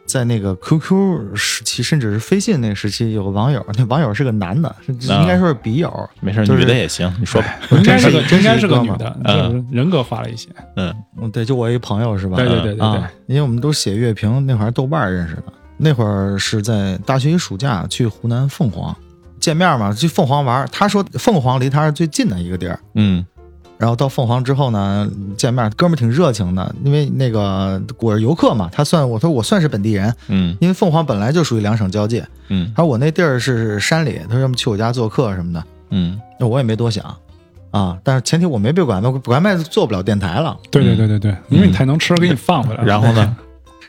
S3: 在那个 QQ 时期，甚至是飞信那个时期，有个网友，那网友是个男的，是
S1: 啊
S3: 应该说是笔友，
S1: 没事，
S3: 就是
S1: 女的也行，你说吧，
S2: 应该
S3: 真是
S2: 个
S3: 一真
S2: 应该
S3: 是
S2: 是
S3: 一
S2: 个
S3: 哥
S2: 女
S3: 们儿
S2: 的，
S1: 嗯
S2: 就是人格化了一些。
S1: 嗯
S3: 嗯，对，就我一朋友是吧？
S2: 对对对对对
S3: 啊，因为我们都写乐评，那会儿豆瓣儿认识的，那会儿是在大学一暑假去湖南凤凰见面嘛，去凤凰玩儿。他说凤凰离他是最近的一个地儿，
S1: 嗯
S3: 然后到凤凰之后呢，见面哥们儿挺热情的，因为那个我是游客嘛，他算我说我算是本地人，
S1: 嗯
S3: 因为凤凰本来就属于两省交界，
S1: 嗯
S3: 他说我那地儿是山里，他说要么去我家做客什么的，
S1: 嗯
S3: 那我也没多想。啊！但是前提我没被拐卖，拐卖做不了电台了。
S2: 对对对对对，嗯因为你太能吃，给你放回来。
S1: 嗯，然后？呢，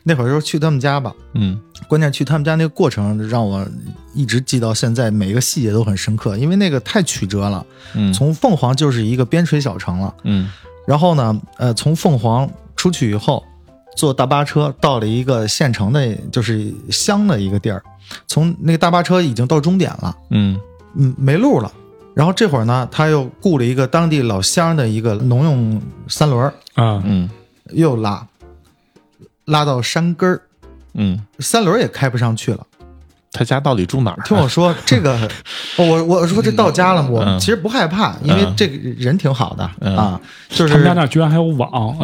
S3: 那会儿就去他们家吧，
S1: 嗯
S3: 关键去他们家那个过程让我一直记到现在，每一个细节都很深刻，因为那个太曲折了。
S1: 嗯
S3: 从凤凰就是一个边陲小城了，
S1: 嗯
S3: 然后呢，呃，从凤凰出去以后，坐大巴车到了一个县城的，就是乡的一个地儿，从那个大巴车已经到终点了，
S1: 嗯
S3: 嗯，没路了。然后这会儿呢，他又雇了一个当地老乡的一个农用三轮儿，
S2: 啊，
S1: 嗯
S3: 又拉，拉到山根儿，
S1: 嗯
S3: 三轮儿也开不上去了。
S1: 他家到底住哪儿？
S3: 听 我说，这个哦我我说这到家了，我
S2: 嗯
S3: 其实不害怕，因为
S1: 嗯
S3: 这个人挺好的
S1: 嗯
S3: 啊，就
S2: 他们家
S3: 是
S2: 那儿居然还有网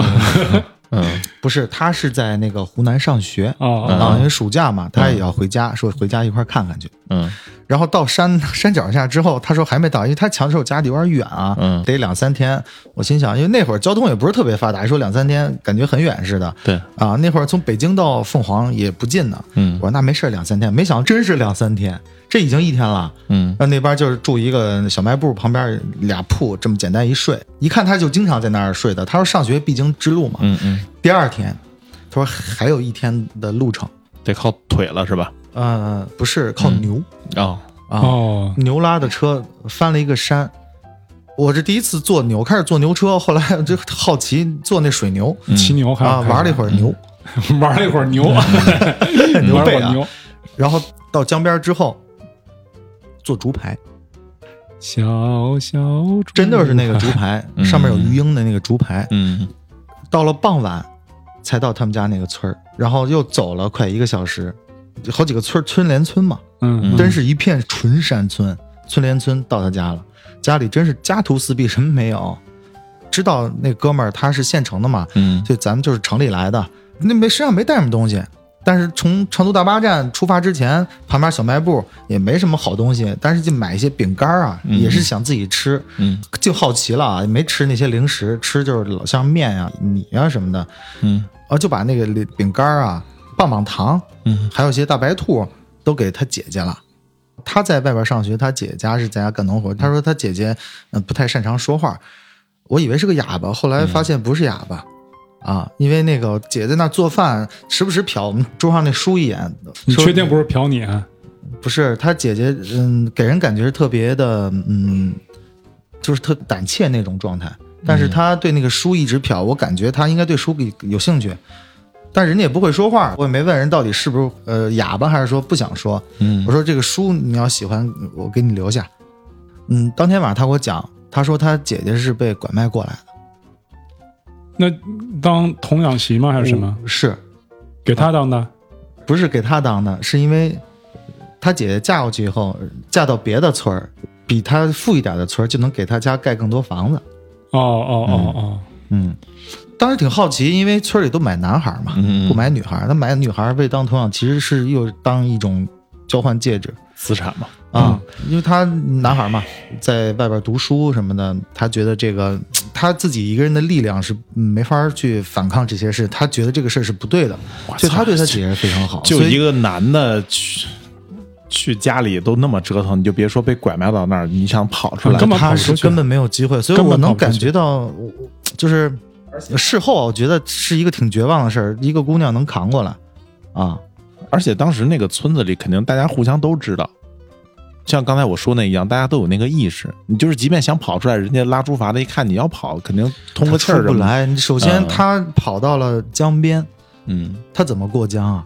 S1: 嗯
S3: 不是他是在那个湖南上学
S2: 啊！
S3: 啊，因为暑假嘛，他也要回
S2: 嗯
S3: 家，说回家一块儿看看去。
S1: 嗯
S3: 然后到山 山脚下之后，他说还没到，因为他强手家里有点远啊，
S1: 嗯
S3: 得两三天。我心想，因为那会儿交通也不是特别发达，说两三天感觉很远似的。
S1: 对
S3: 啊，那会儿从北京到凤凰也不近呢。
S1: 嗯
S3: 我说那没事儿，两三天，没想到真是两三天，这已经一天了。
S1: 嗯
S3: 那那边就是住一个小卖部，旁边俩铺，这么简单一睡。一看他就经常在那儿睡的。他说上学必经之路嘛。
S1: 嗯嗯，
S3: 第二天，他说还有一天的路程，
S1: 得靠腿了是吧？
S3: 呃，不是靠
S1: 嗯
S3: 牛、
S1: 哦，
S3: 啊。
S2: 哦，
S3: 牛拉的车翻了一个山。我这第一次坐牛，开始坐牛车，后来就好奇坐那水牛
S1: 嗯
S2: 骑牛还
S3: 啊，玩了一会
S2: 儿，
S3: 儿牛，
S2: 玩了一会儿牛，
S3: 牛
S2: 玩了
S3: 背
S2: 一会儿
S3: 啊。
S2: 牛。
S3: 然后到江边之后，坐竹排，
S2: 小小猪
S3: 真的是那个竹排，
S1: 嗯
S3: 上面有鱼鹰的那个竹排。
S1: 嗯
S3: 到了傍晚才到他们家那个村儿，然后又走了快一个小时，好几个村儿村连村嘛，
S2: 嗯，
S3: 真是一片纯山村，村连村到他家了，家里真是家徒四壁，什么没有。知道那哥们儿他是县城的嘛，
S1: 嗯
S3: 就咱们就是城里来的，那没身上没带什么东西。但是从成都大巴站出发之前，旁边小卖部也没什么好东西，但是就买一些饼干啊，
S1: 嗯
S3: 也是想自己吃，
S1: 嗯
S3: 就好奇了啊，也没吃那些零食，吃就是老像面呀、啊米呀、什么的，
S1: 嗯
S3: 啊，就把那个里饼干啊、棒棒糖，
S1: 嗯
S3: 还有一些大白兔都给他姐姐了。他在外边上学，他姐家是在家干农活。他说他姐姐嗯不太擅长说话，我以为是个哑巴，后来发现不是哑巴。啊，因为那个姐在那做饭，时不时瞟我们桌上那书一眼。
S2: 你
S3: 说
S2: 确定不是瞟你啊？
S3: 不是他姐姐？嗯，给人感觉是特别的，嗯，就是特胆怯那种状态。但是他对那个书一直瞟，我感觉他应该对书给有兴趣，但人家也不会说话，我也没问人到底是不是呃哑巴，还是说不想说。
S1: 嗯
S3: 我说这个书你要喜欢，我给你留下。嗯，当天晚上他给我讲，他说他姐姐是被拐卖过来的，
S2: 那当童养媳吗？还是什么？
S3: 是
S2: 给他当的？
S3: 不是给他当的？是因为他姐姐嫁过去以后，嫁到别的村儿，比他富一点的村儿，就能给他家盖更多房子。
S2: 哦哦哦哦，
S3: 嗯，当时挺好奇，因为村里都买男孩嘛，
S1: 嗯
S3: 不买女孩儿。他买女孩儿被当童养，其实是又当一种交换戒指
S1: 资产嘛，嗯
S3: 啊，因为他男孩儿嘛，在外边读书什么的，他觉得这个他自己一个人的力量是嗯没法儿去反抗这些事，他觉得这个事儿是不对的，所以他对他姐姐非常好。
S1: 就
S3: 所以
S1: 一个男的去去家里都那么折腾，你就别说被拐卖到那儿，你想跑出来
S2: 根，本跑
S3: 他
S2: 不出
S3: 是
S2: 去
S3: 嗯根本没有机会，所以
S2: 根
S3: 我
S2: 本跑
S3: 能
S2: 不出
S3: 感
S2: 去
S3: 觉到，我我就是事后啊我觉得是一个挺绝望的事儿，一个姑娘能扛过来啊，
S1: 而且当时那个村子里肯定大家互相都知道。像刚才我说那一样，大家都有那个意识。你就是，即便想跑出来，人家拉竹筏的一看你要跑，肯定通
S3: 她
S1: 个气儿
S3: 出不
S1: 什么的。
S3: 来。你首先
S1: 嗯
S3: 她跑到了江边，
S1: 嗯
S3: 她怎么过江啊？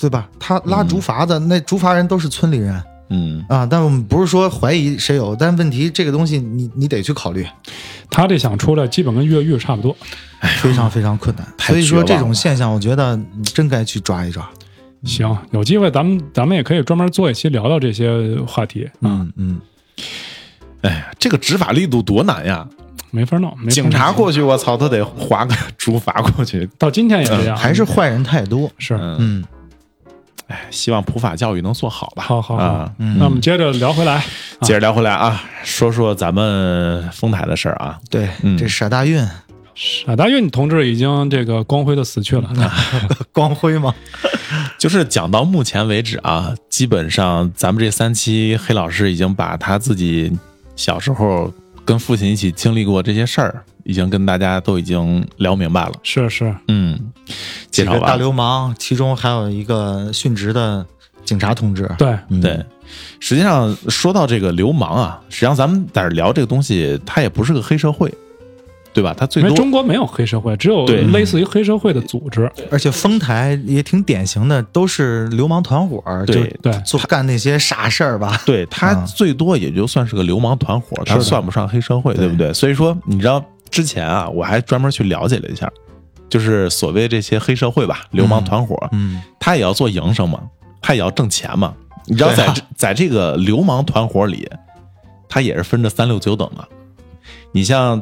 S3: 对吧？她拉竹筏的、那竹筏人都是村里人
S1: 嗯
S3: 啊，但我们不是说怀疑谁有，但问题这个东西你你得去考虑，
S2: 他这想出来，基本跟越狱差不多。
S3: 非常非常困难。
S1: 哎太
S3: 所以说
S1: 绝
S3: 这
S1: 望
S3: 种
S1: 了
S3: 现象，我觉得你真该去抓一抓。
S2: 行，有机会咱们咱们也可以专门做一期聊聊这些话题，
S3: 嗯嗯，
S1: 哎呀，这个执法力度多难呀！
S2: 没法弄。没法弄
S1: 警察过去，我操，他得划个 竹筏过去。
S2: 到今天也这样，嗯
S3: 嗯还是坏人太多。
S2: 是。
S1: 嗯，
S3: 嗯
S1: 哎，希望普法教育能做好吧。
S2: 好好好
S1: 啊，
S3: 嗯，
S2: 那我们接着聊回来，
S1: 接着聊回来啊，说说咱们丰台的事儿啊。
S3: 对，
S1: 嗯
S3: 这傻大运
S2: 傻大运同志已经这个光辉的死去了。
S3: 嗯光辉嘛，
S1: 就是讲到目前为止啊，基本上咱们这三期黑老师已经把他自己小时候跟父亲一起经历过这些事儿，已经跟大家都已经聊明白了。
S2: 是是，
S1: 嗯，
S3: 几
S1: 介
S3: 个
S1: 绍
S3: 大
S1: 完了。
S3: 流氓，其中还有一个殉职的警察同志。
S2: 对，
S3: 嗯
S1: 对，实际上说到这个流氓啊，实际上咱们在这聊这个东西，它也不是个黑社会，对吧？它最
S2: 因为
S1: 多
S2: 中国没有黑社会，只有
S1: 对
S2: 类似于黑社会的组织。
S3: 而且丰台也挺典型的，都是流氓团伙，就
S1: 对
S2: 对，
S3: 做干那些傻事儿吧。
S1: 对他
S3: 啊
S1: 最多也就算是个流氓团伙，
S3: 是
S1: 他
S3: 的
S1: 算不上黑社会，
S3: 对
S1: 对不对？所以说，你知道之前啊，我还专门去了解了一下，就是所谓这些黑社会吧，流氓团伙，
S3: 嗯，
S1: 他也要做营生嘛，他也要挣钱嘛。你知道
S3: 对
S1: 在
S3: 啊
S1: 这在这个流氓团伙里，他也是分着三六九等的。你像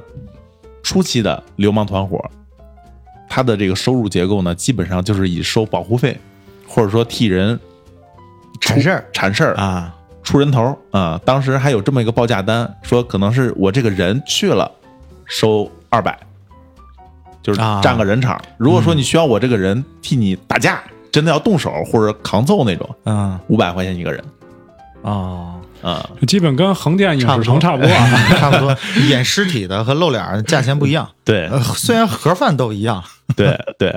S1: 初期的流氓团伙，他的这个收入结构呢，基本上就是以收保护费，或者说替人
S3: 铲事儿
S1: 铲事儿
S4: 啊，
S1: 出人头儿啊、当时还有这么一个报价单，说可能是我这个人去了，收二百，就是
S4: 啊
S1: 占个人场。如果说你需要我这个人替你打架，真的要动手或者扛揍那种，
S4: 嗯
S1: 五百块钱一个人
S4: 哦，
S1: 啊、
S2: 基本跟横店影
S3: 差不
S2: 视城
S3: 多
S2: 差不多啊。
S3: 差不多演尸体的和露脸儿价钱不一样，
S1: 对
S3: 呃，虽然盒饭都一样，
S1: 对对，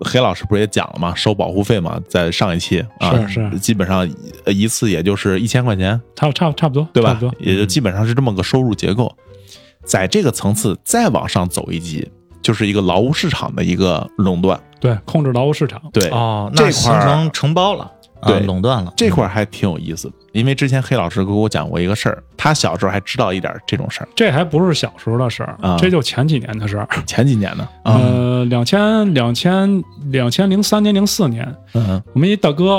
S1: 黑老师不是也讲了嘛，收保护费嘛，在上一期啊，
S2: 是是
S1: 基本上一一次也就是一千块钱，
S2: 差差差不多，
S1: 对
S2: 差
S1: 吧
S2: 不多？，嗯
S1: 也就基本上是这么个收入结构。在这个层次再往上走一级，就是一个劳务市场的一个垄断。
S2: 对，控制劳务市场，
S1: 对，
S4: 哦，
S3: 那
S1: 这
S3: 形
S1: 块儿
S3: 成承包了，啊
S1: 对
S3: 垄断了。
S1: 这块儿还挺有意思的，因为之前黑老师给我讲过一个事儿，他小时候还知道一点儿这种事儿。
S2: 这还不是小时候的事儿
S1: 啊，
S2: 这就前几年的事儿。
S1: 前几年呢，
S2: 呃，两千两千两千零三年零四年，
S1: 嗯
S2: 我们一大哥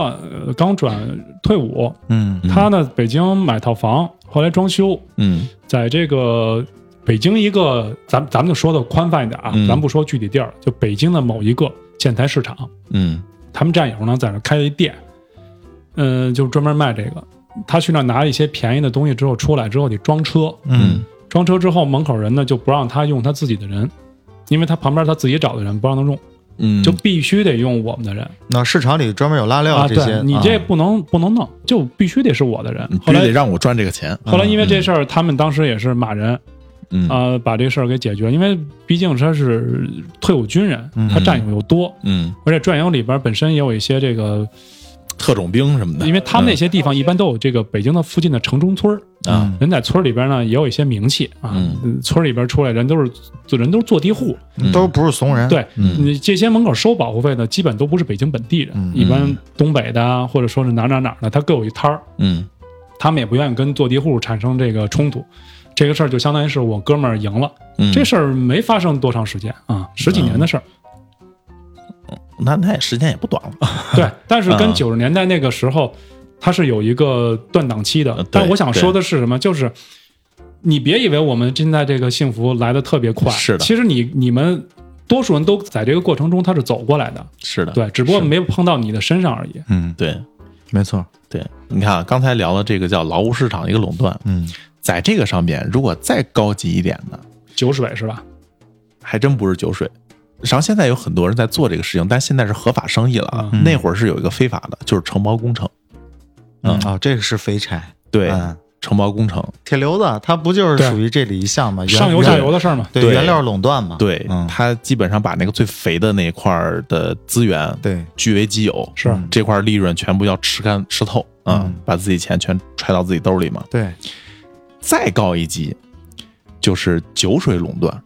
S2: 呃刚转退伍，
S4: 嗯
S2: 他呢北京买套房，后来装修，
S1: 嗯
S2: 在这个北京一个，咱咱们就说的宽泛一点啊，
S1: 嗯
S2: 咱不说具体地儿，就北京的某一个建材市场，
S1: 嗯
S2: 他们战友呢在那开了一店，嗯、就专门卖这个。他去那拿了一些便宜的东西之后，出来之后得装车，
S1: 嗯
S2: 装车之后门口人呢就不让他用他自己的人，因为他旁边他自己找的人不让他用，
S1: 嗯，
S2: 就必须得用我们的人、
S3: 那市场里专门有拉
S2: 啊。
S3: 料这些，
S2: 对你这
S3: 啊
S2: 不能、不能弄，就必须得是我的人
S1: 你。
S2: 后
S1: 必须
S2: 来
S1: 嗯得让我赚这个钱。
S2: 后来因为这事儿，他们当时也是骂人，
S1: 嗯
S2: 啊、把这事儿给解决，因为毕竟他是退伍军人，他战友又多，
S1: 嗯，
S2: 而且战友里边本身也有一些这个，
S1: 特种兵什么的，
S2: 因为他们那些地方一般都有这个北京的附近的城中村儿
S1: 啊，
S2: 人在村儿里边呢也有一些名气啊，
S1: 嗯
S2: 嗯村儿里边出来人都是人都是坐地户，
S1: 嗯
S3: 都不是怂人，，
S2: 对、
S1: 嗯
S2: 你这些门口收保护费的，基本都不是北京本地人，
S3: 嗯
S2: 一般东北的啊或者说是哪哪哪儿的，他各有一摊儿，
S1: 嗯
S2: 他们也不愿意跟坐地户产生这个冲突，这个事儿就相当于是我哥们儿赢了。
S1: 嗯，
S2: 这事儿没发生多长时间啊，十几年的事儿。
S1: 那那也时间也不短了。
S2: 对，但是
S1: 嗯
S2: 跟九十年代那个时候，它是有一个断档期
S1: 呃
S2: 的
S1: 对。
S2: 但我想说的是什么？就是你别以为我们现在这个幸福来的特别快，
S1: 是的
S2: 其实你你们多数人都在这个过程中他是走过来的，
S1: 啊是的，
S2: 对，只不过没有碰到你的身上而已。
S4: 嗯
S1: 对
S3: 没错，
S1: 对，你看啊，刚才聊了这个叫劳务市场的一个垄断，
S3: 嗯，
S1: 在这个上边，如果再高级一点呢，
S2: 酒水是吧？
S1: 还真不是酒水。实际上现在有很多人在做这个事情，但现在是合法生意了啊。
S4: 嗯
S1: 那会儿是有一个非法的，就是承包工程。
S3: 嗯啊，这个是肥差，
S1: 对，
S3: 嗯
S1: 承包工程，
S3: 铁流子它不就是
S2: 对
S3: 属于这里一项吗？原
S2: 上游
S3: 原
S2: 下游的事儿嘛。
S3: 对
S1: 对
S3: 原料垄断嘛，
S1: 对、
S3: 嗯
S1: 他基本上把那个最肥的那一块儿的资源
S3: 对，
S1: 据为己有，
S2: 是
S3: 嗯
S1: 这块利润全部要吃干吃透啊、
S3: 嗯
S1: 把自己钱全揣到自己兜里嘛。
S3: 对，
S1: 再高一级就是酒水垄断，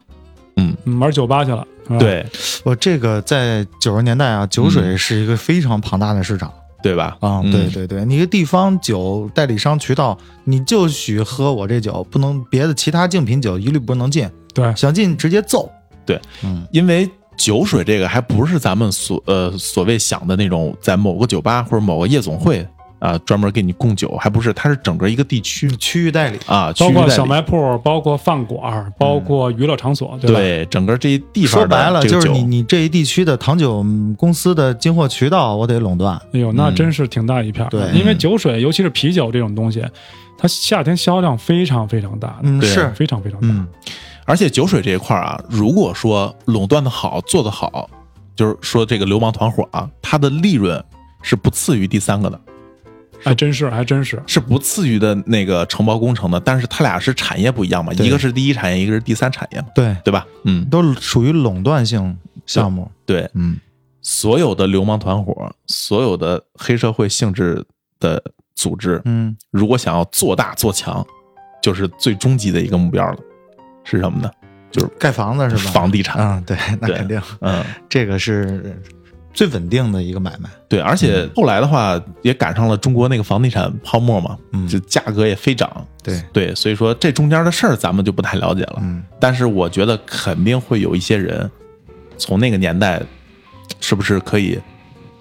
S2: 嗯玩酒吧去了，是吧，
S3: 啊
S1: 对
S3: 我这个在九十年代啊，酒
S1: 嗯
S3: 水是一个非常庞大的市场
S1: 对吧？嗯
S3: 啊，对对对，你一个地方酒代理商渠道，你就许喝我这酒，不能别的其他竞品酒一律不能进，
S2: 对，
S3: 想进直接揍，
S1: 对，
S3: 嗯，
S1: 因为酒水这个还不是咱们所呃所谓想的那种，在某个酒吧或者某个夜总会啊、专门给你供酒，还不是，它是整个一个地区
S3: 区域代理，
S1: 啊，区
S2: 包
S1: 域代
S2: 括
S1: 理嗯
S2: 小卖铺，包括饭馆儿，包括娱乐场所，对吧？
S1: 对整个这一地方
S3: 说白
S1: 的
S3: 了
S1: 这
S3: 就
S1: 个
S3: 是
S1: 酒
S3: 你你这一地区的糖酒公司的进货渠道，我得垄断。
S2: 哎呦，那真是挺大一片儿、
S3: 嗯对
S2: 因为酒水，尤其是啤酒这种东西，它夏天销量非常非常大的，
S3: 嗯，
S1: 对啊
S3: 是，
S2: 非常非常大。
S3: 嗯，
S1: 而且酒水这一块儿啊，如果说垄断的好，做得好，就是说这个流氓团伙啊，它的利润是不次于第三个的，
S2: 还哎真是，还真是。
S1: 是不次于的那个承包工程的。但是它俩是产业不一样嘛，
S3: 对
S1: 一个是第一产业，一个是第三产业嘛，
S3: 对，
S1: 对吧？嗯，
S3: 都属于垄断性项目。
S1: 对，
S3: 嗯，
S1: 所有的流氓团伙，所有的黑社会性质的组织，
S3: 嗯，
S1: 如果想要做大做强，就是最终极的一个目标了，是什么呢？
S3: 盖房子是吧？
S1: 房地产。
S3: 嗯，对，那
S1: 对
S3: 肯定，
S1: 嗯，
S3: 这个是最稳定的一个买卖。
S1: 对，而且
S3: 嗯
S1: 后来的话也赶上了中国那个房地产泡沫嘛，
S3: 嗯
S1: 就价格也飞涨。
S3: 对，
S1: 对，所以说这中间的事儿咱们就不太了解了。
S3: 嗯，
S1: 但是我觉得肯定会有一些人从那个年代，是不是可以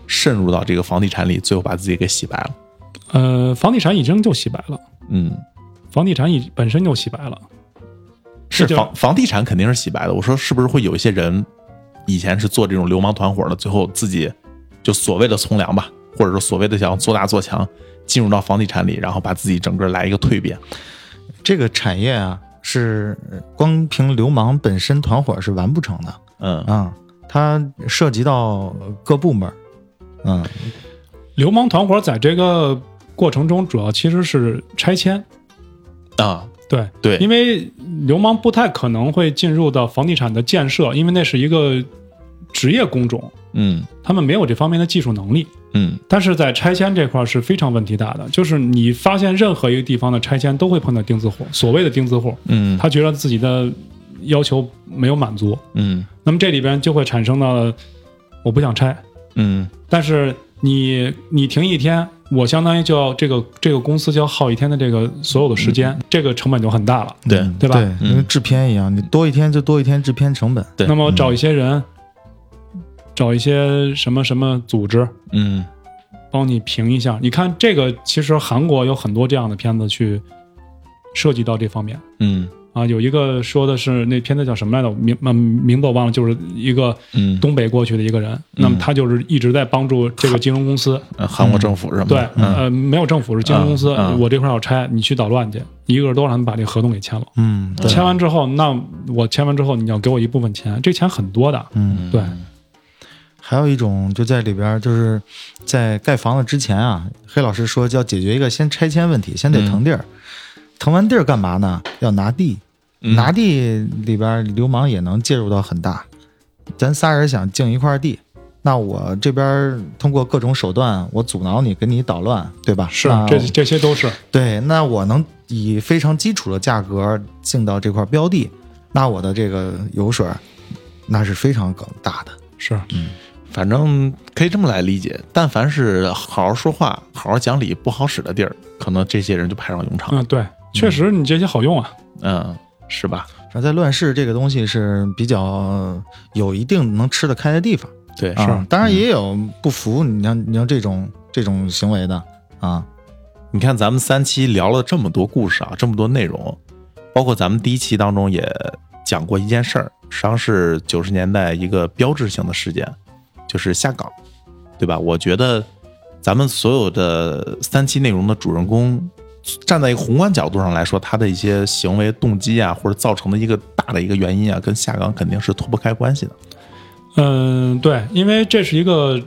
S1: 渗入到这个房地产里，最后把自己给洗白了。
S2: 呃，房地产已经就洗白了，
S1: 嗯，
S2: 房地产已本身就洗白了。
S1: 是
S2: 这就
S1: 房房地产肯定是洗白的。我说是不是会有一些人以前是做这种流氓团伙的，最后自己就所谓的从良吧，或者说所谓的想做大做强，进入到房地产里，然后把自己整个来一个蜕变。
S3: 这个产业啊，是光凭流氓本身团伙是完不成的
S1: 嗯
S3: 啊、它涉及到各部门儿，嗯，
S2: 流氓团伙在这个过程中，主要其实是拆迁，
S1: 啊，
S2: 对，
S1: 对，
S2: 因为流氓不太可能会进入到房地产的建设，因为那是一个职业工种，
S1: 嗯
S2: 他们没有这方面的技术能力。
S1: 嗯
S2: 但是在拆迁这块儿是非常问题大的，就是你发现任何一个地方的拆迁都会碰到钉子户，所谓的钉子户，
S1: 嗯
S2: 他觉得自己的要求没有满足，
S1: 嗯
S2: 那么这里边就会产生了呃我不想拆，
S1: 嗯
S2: 但是你你停一天，我相当于就要这个这个公司就要耗一天的这个所有的时间，这个成本就很大了。
S1: 对
S3: 嗯
S2: 对吧
S3: 对，
S1: 嗯
S3: 跟制片一样，你多一天就多一天制片成本，
S1: 对。
S2: 那么找一些人，找一些什么什么组织
S1: 嗯
S2: 帮你评一下。你看这个，其实韩国有很多这样的片子去涉及到这方面
S1: 嗯
S2: 啊。有一个说的是那片子叫什么来着？我名嗯名字我忘了，就是一个
S1: 嗯，
S2: 东北过去的一个人，那么他就是一直在帮助这个金融公司。
S1: 呃韩国政府是吗？
S2: 对，
S1: 嗯
S2: 呃，没有政府是金融公司，
S1: 嗯嗯
S2: 我这块儿要拆，你去捣乱去，一个都让他们把这合同给签了。
S3: 嗯，对，
S2: 签完之后，那我签完之后，你要给我一部分钱，这钱很多的，
S3: 嗯，
S2: 对，
S3: 还有一种就在里边儿，就是在盖房子之前啊，黑老师说要解决一个先拆迁问题，先得腾地儿，
S2: 嗯
S3: 腾完地儿干嘛呢？要拿地，
S1: 嗯
S3: 拿地里边儿流氓也能介入到很大。咱仨人想竞一块地，那我这边儿通过各种手段，我阻挠你，给你捣乱，对吧？
S2: 是
S3: 那
S2: 这这些都是
S3: 对，那我能以非常基础的价格进到这块标的，那我的这个油水儿那是非常更大的。
S2: 是
S1: 反正可以这么来理解，但凡是好好说话、好好讲理、不好使的地儿，可能这些人就派上用场。
S2: 嗯，对，确实你这些好用啊，
S1: 嗯，是吧？
S3: 反正在乱世这个东西是比较呃有一定能吃得开的地方，
S1: 对，
S3: 啊，当
S2: 嗯
S3: 然也有不服你像你像这种这种行为的啊，
S1: 你看咱们三期聊了这么多故事啊，这么多内容，包括咱们第一期当中也讲过一件事儿，实际上是九十年代一个标志性的事件，就是下岗，对吧？我觉得咱们所有的三期内容的主人公，站在一个宏观角度上来说，他的一些行为动机啊，或者造成的一个大的一个原因啊，跟下岗肯定是脱不开关系的。
S2: 嗯，对，因为这是一个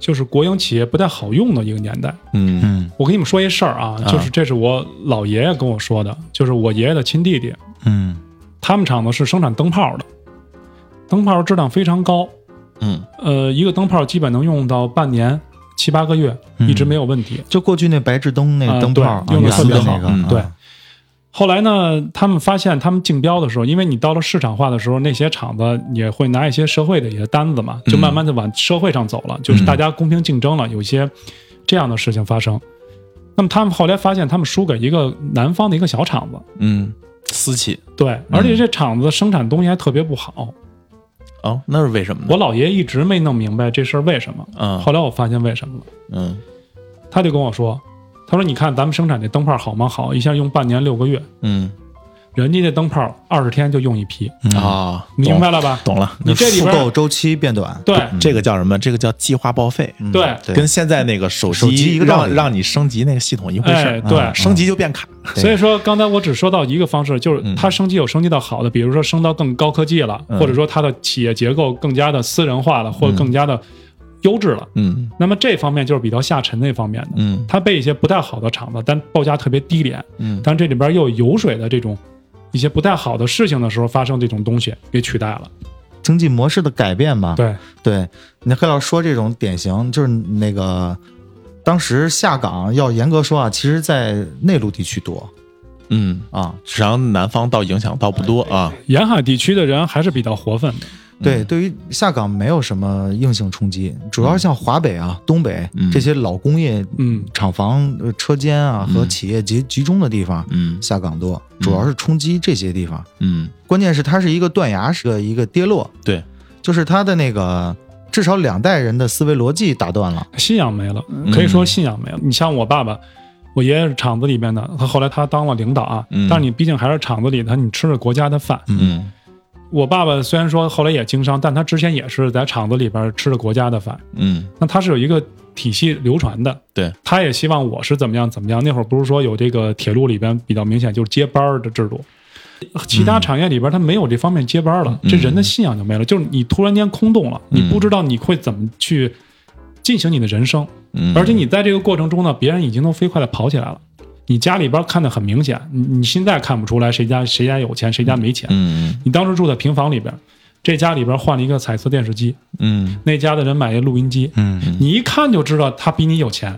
S2: 就是国营企业不太好用的一个年代。
S1: 嗯
S3: 嗯
S2: 我跟你们说一事儿啊，就是这是我老爷爷跟我说的，就是我爷爷的亲弟弟，
S3: 嗯
S2: 他们厂子是生产灯泡的，灯泡质量非常高，
S1: 嗯
S2: 呃，一个灯泡基本能用到半年、七八个月，一直没有问题。
S3: 就过去那白炽灯那
S2: 啊
S3: 个灯
S2: 对
S3: 泡啊，
S2: 用得
S3: 圆
S2: 特别
S3: 的
S2: 好
S3: 那个
S1: 嗯，
S3: 啊
S2: 对后来呢，他们发现他们竞标的时候，因为你到了市场化的时候，那些厂子也会拿一些社会的一些单子嘛，就慢慢的往社会上走
S3: 嗯
S2: 了，就是大家公平竞争了，有一些这样的事情发生。那么他们后来发现，他们输给一个南方的一个小厂子，
S1: 嗯，私企
S3: 嗯
S2: 对，而且这厂子生产东西还特别不好。
S1: 哦，那是为什么呢？
S2: 我姥爷一直没弄明白这事儿为什么，
S1: 嗯
S2: 后来我发现为什么了。
S1: 嗯
S2: 他就跟我说：“他说你看咱们生产这灯泡好吗？好，一下用半年六个月，
S1: 嗯
S2: 人家这灯泡二十天就用一批，
S1: 啊，
S2: 明白了吧？
S1: 懂了。
S2: 你这里
S3: 复
S2: 边
S3: 购
S2: 儿
S3: 周期变短，
S2: 对
S1: 这个叫什么？这个叫计划报废，
S3: 嗯
S2: 对
S3: 对，
S1: 跟现在那个手
S3: 手机一个道
S1: 让
S3: 理
S1: 让你升级那个系统一回事
S2: 哎
S1: 儿，嗯
S2: 对，嗯
S1: 升级就变卡。
S2: 所以说刚才我只说到一个方式，就是它升级有升级到好的，比如说升到更高科技了，
S1: 嗯
S2: 或者说它的企业结构更加的私人化了，或者更加的优质了。
S1: 嗯
S2: 那么这方面就是比较下沉那方面的，
S1: 嗯
S2: 它被一些不太好的厂子，但报价特别低廉，
S1: 嗯
S2: 但这里边又有油水的这种一些不太好的事情的时候发生这种东西给取代了，
S3: 经济模式的改变
S1: 啊
S3: 嘛，
S2: 对。”
S3: 对，你黑老师说这种典型就是那个，当时下岗要严格说啊，其实在内陆地区多
S1: 嗯，
S3: 啊。
S1: 实际上南方倒影响倒不多啊。
S2: 沿海地区的人还是比较活泛的。
S1: 嗯
S3: 对，对于下岗没有什么硬性冲击，主要是像华北啊、东北
S1: 嗯
S3: 这些老工业
S2: 嗯，
S3: 厂房、呃车间啊和企业集集中的地方，
S1: 嗯
S3: 下岗多，主要是冲击这些地方。
S1: 嗯，
S3: 关键是它是一个断崖式的一个跌落，
S1: 对，
S3: 就是它的那个。至少两代人的思维逻辑打断了。
S2: 信仰没了，
S1: 嗯
S2: 可以说信仰没了。你像我爸爸，我爷爷是厂子里边的，他后来他当了领导啊，
S1: 嗯
S2: 但是你毕竟还是厂子里的，你吃着国家的饭。
S1: 嗯
S2: 我爸爸虽然说后来也经商，但他之前也是在厂子里边吃着国家的饭，
S1: 嗯
S2: 那他是有一个体系流传的。
S1: 对，
S2: 他也希望我是怎么样怎么样。那会儿不是说有这个铁路里边比较明显就是接班儿的制度，其他产业里边它没有这方面接班儿了，
S1: 嗯
S2: 这人的信仰就没了，就是你突然间空洞了，
S1: 嗯
S2: 你不知道你会怎么去进行你的人生，
S1: 嗯，
S2: 而且你在这个过程中呢，别人已经都飞快的跑起来了。你家里边看得很明显，你你现在看不出来谁家谁家有钱谁家没钱。
S1: 嗯
S2: 你当时住在平房里边，这家里边换了一个彩色电视机，
S1: 嗯
S2: 那家的人买一录音机，
S1: 嗯嗯，
S2: 你一看就知道他比你有钱。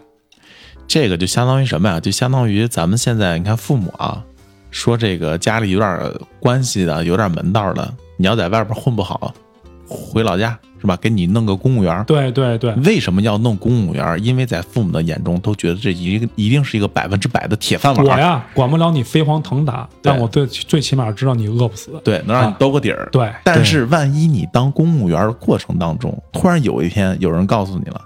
S1: 这个就相当于什么呀？就相当于咱们现在你看父母啊，说这个家里有点关系的，有点门道的，你要在外边混不好，回老家是吧？给你弄个公务员。
S2: 对对对，
S1: 为什么要弄公务员？因为在父母的眼中都觉得这一个一定是一个百分之百的铁饭碗。
S2: 我呀，管不了你飞黄腾达，
S1: 对
S2: 但我最最起码知道你饿不死。
S1: 对，能让你兜个底儿、
S2: 对，
S1: 但是万一你当公务员的过程当中，突然有一天有人告诉你了，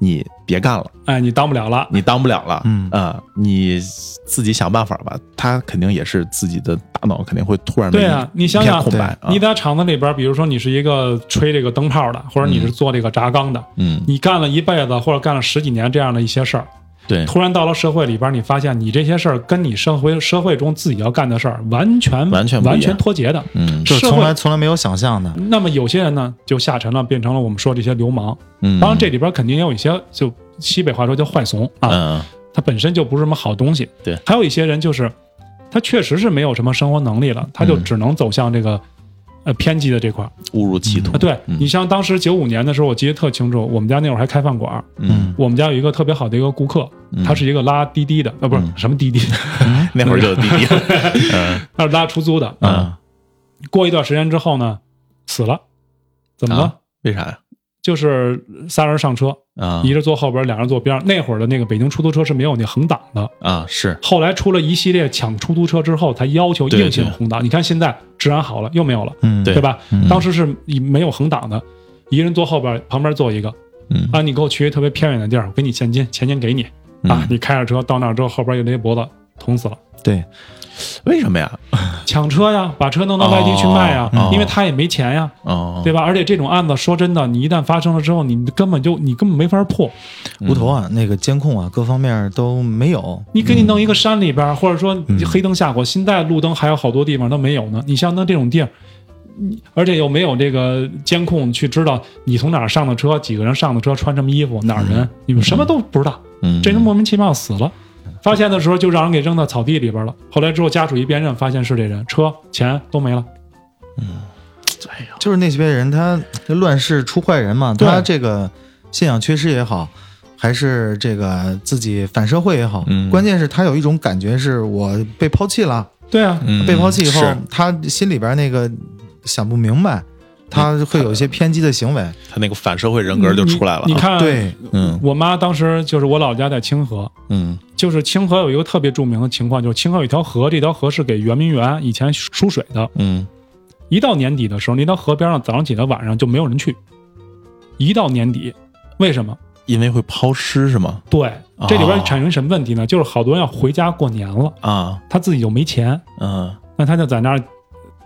S1: 你别干了，
S2: 哎，你当不了了。
S1: 你当不了了，
S2: 嗯
S1: 啊、你自己想办法吧。他肯定也是自己的大脑肯定会突然的
S2: 对啊，
S1: 一
S2: 你想想
S1: 一片，空白啊，
S2: 你在厂子里边，比如说你是一个吹这个灯泡的，或者你是做这个轧钢的，
S1: 嗯，
S2: 你干了一辈子或者干了十几年这样的一些事儿，
S1: 对，
S2: 突然到了社会里边，你发现你这些事儿跟你社会社会中自己要干的事儿完全
S1: 完全不一样
S2: 完全脱节的。
S1: 嗯
S3: 就是
S2: 社
S3: 从
S2: 会
S3: 来从来没有想象的，
S2: 那么有些人呢，就下沉了，变成了我们说这些流氓。
S1: 嗯，
S2: 当然，这里边肯定也有一些，就西北话说叫坏怂啊，
S1: 嗯
S2: 它本身就不是什么好东西。
S1: 对，
S2: 还有一些人就是他确实是没有什么生活能力了，他就
S1: 嗯
S2: 只能走向这个、呃偏激的这块儿
S1: 误入歧途
S2: 啊。，对、
S1: 嗯
S2: 你像当时九五年的时候，我记得特清楚，我们家那会儿还开饭馆儿，
S1: 嗯，
S2: 我们家有一个特别好的一个顾客，
S1: 嗯
S2: 他是一个拉滴滴的，呃，不是、
S1: 嗯
S2: 什么滴滴，
S1: 那会儿就有弟弟， 嗯
S2: 他是拉出租的。
S1: 嗯，
S2: 过一段时间之后呢，死了，怎么了？
S1: 啊为啥呀？
S2: 就是仨人上车，
S1: 啊
S2: 一人坐后边，俩人坐边儿。那会儿的那个北京出租车是没有那横挡的，
S1: 啊是，
S2: 后来出了一系列抢出租车之后，才要求硬性横挡。你看现在治安好了，又没有了，
S3: 嗯，
S1: 对
S2: 对吧？
S3: 嗯
S2: 当时是以没有横挡的，一人坐后边，旁边坐一个
S1: 嗯
S2: 啊，你给我去一特别偏远的地儿，我给你现金，钱先给你啊。
S1: 嗯
S2: 你开着车到那儿之后，后边一勒脖子，捅死了。
S3: 对，
S1: 为什么呀？
S2: 抢车呀，把车弄到外地去卖呀，
S1: 哦哦
S2: 因为他也没钱呀，
S1: 哦，
S2: 对吧？而且这种案子，说真的，你一旦发生了之后，你根本就你根本没法破。
S1: 嗯
S3: 无头啊，那个监控啊，各方面都没有，
S2: 你给你
S1: 嗯
S2: 弄一个山里边儿，或者说黑灯瞎火，现在路灯还有好多地方都没有呢。你像那这种地儿，你而且又没有这个监控去知道你从哪儿上的车，几个人上的车，穿什么衣服，哪儿人，你们什么都不知道，
S1: 嗯，
S2: 这人莫名其妙死了。发现的时候就让人给扔到草地里边了。后来之后家属一辨认，发现是这人，车钱都没了。
S3: 就是那些人他这乱世出坏人嘛，
S2: 对
S3: 他这个信仰缺失也好，还是这个自己反社会也好，
S1: 嗯
S3: 关键是他有一种感觉是我被抛弃了，
S2: 对啊，
S1: 嗯
S3: 被抛弃以后
S1: 是，
S3: 他心里边那个想不明白，他会有一些偏激的行为，
S1: 他那个反社会人格就出来了啊，
S2: 你你看，
S3: 对，
S1: 嗯
S2: 我妈当时就是我老家在清河，
S1: 嗯
S2: 就是清河有一个特别著名的情况，就是清河有一条河，这条河是给圆明园以前输水的。
S1: 嗯
S2: 一到年底的时候，那条河边上早上起来晚上就没有人去。一到年底，为什么？
S1: 因为会抛尸是吗？
S2: 对
S1: 哦，
S2: 这里边产生什么问题呢？就是好多人要回家过年了，
S1: 啊，
S2: 他自己又没钱，
S1: 嗯
S2: 那他就在那儿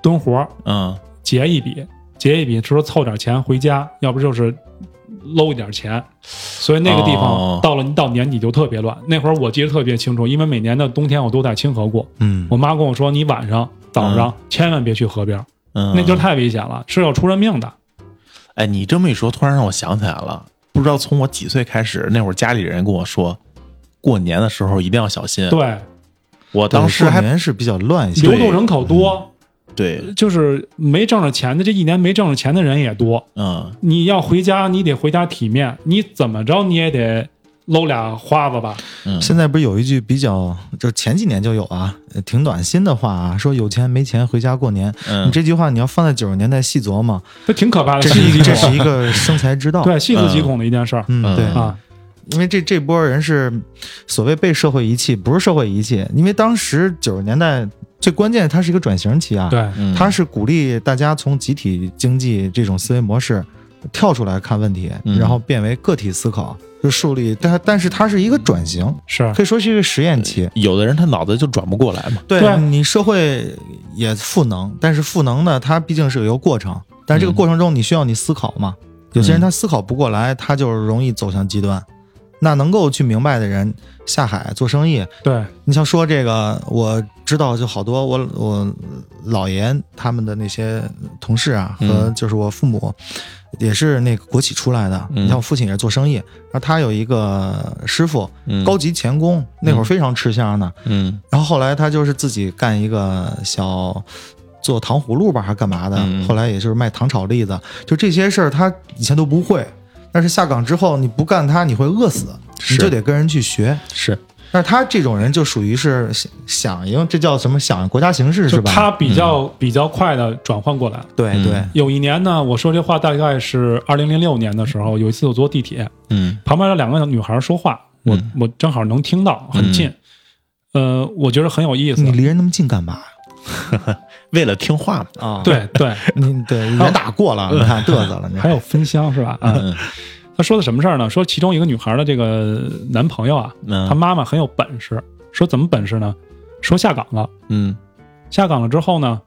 S2: 蹲活儿
S1: 嗯
S2: 结一笔，结一笔，说凑点钱回家，要不就是搂一点钱。所以那个地
S1: 哦
S2: 方到了到年底就特别乱。那会儿我记得特别清楚，因为每年的冬天我都在清河过。
S3: 嗯，
S2: 我妈跟我说，你晚上、早上千万别去河边儿，
S1: 嗯，
S2: 那地儿太危险了，是要出人命的。
S1: 哎，你这么一说，突然让我想起来了，不知道从我几岁开始，那会儿家里人跟我说，过年的时候一定要小心。
S2: 对，
S1: 我当时
S3: 过
S1: 还
S3: 年是比较乱一些，
S2: 流动人口多，
S1: 对，
S2: 就是没挣着钱的，这一年没挣着钱的人也多。
S1: 嗯
S2: 你要回家，你得回家体面，你怎么着你也得搂俩花子吧？
S1: 嗯，
S3: 现在不是有一句比较，就前几年就有啊，呃挺暖心的话啊，说有钱没钱回家过年。
S1: 嗯
S3: 你这句话你要放在九十年代细琢磨，
S2: 这挺可怕的，
S3: 这
S2: 细思
S3: 是
S2: 极
S3: 这是
S2: 恐。
S3: 一个生财之 道。
S2: 对，细思极恐的一件事儿、
S3: 嗯，对
S1: 嗯
S2: 啊。
S3: 因为这这波人是所谓被社会遗弃，不是社会遗弃，因为当时九十年代最关键，它是一个转型期啊，
S2: 对，
S1: 嗯
S3: 它是鼓励大家从集体经济这种思维模式跳出来看问题，
S1: 嗯
S3: 然后变为个体思考，就树立。但但是它是一个转型，
S2: 是
S3: 可以说是一个实验期。
S1: 有的人他脑子就转不过来嘛，
S3: 对
S2: 对
S3: 你社会也赋能，但是赋能呢，它毕竟是有一个过程，但是这个
S1: 嗯
S3: 过程中你需要你思考嘛。有些人
S1: 嗯
S3: 他思考不过来，他就是容易走向极端。那能够去明白的人下海做生意，
S2: 对，
S3: 你像说这个，我知道就好多我我姥爷他们的那些同事啊，
S1: 嗯
S3: 和就是我父母也是那个国企出来的。
S1: 嗯
S3: 你像我父亲也是做生意，然后他有一个师傅，
S1: 嗯
S3: 高级钳工，那会儿非常吃香呢。
S1: 嗯
S3: 然后后来他就是自己干一个小做糖葫芦吧，还干嘛的？
S1: 嗯
S3: 后来也就是卖糖炒栗子，就这些事儿他以前都不会，但是下岗之后你不干它你会饿死，你
S1: 是
S3: 就得跟人去学。
S1: 是
S3: 但是他这种人就属于是响响应，这叫什么响应国家形势是
S2: 就
S3: 吧？嗯
S2: 他比较比较快的转换过来。
S3: 对
S1: 嗯
S3: 对，
S2: 有一年呢，我说这话大概是二零零六年的时候，有一次我坐地铁，
S1: 嗯
S2: 旁边有两个女孩说话，我、
S1: 嗯
S2: 我正好能听到，很近，呃，我觉得很有意思
S3: 你。离人那么近干嘛
S1: 为了听话嘛，
S3: 呀？啊，
S2: 对 对，
S3: 你对人打过了，你看嘚瑟 了，你
S2: 还有分香是吧？啊、
S1: 嗯
S2: 他说的什么事儿呢？说其中一个女孩的这个男朋友啊，
S1: 嗯
S2: 他妈妈很有本事。说怎么本事呢？说下岗了，
S1: 嗯
S2: 下岗了之后呢，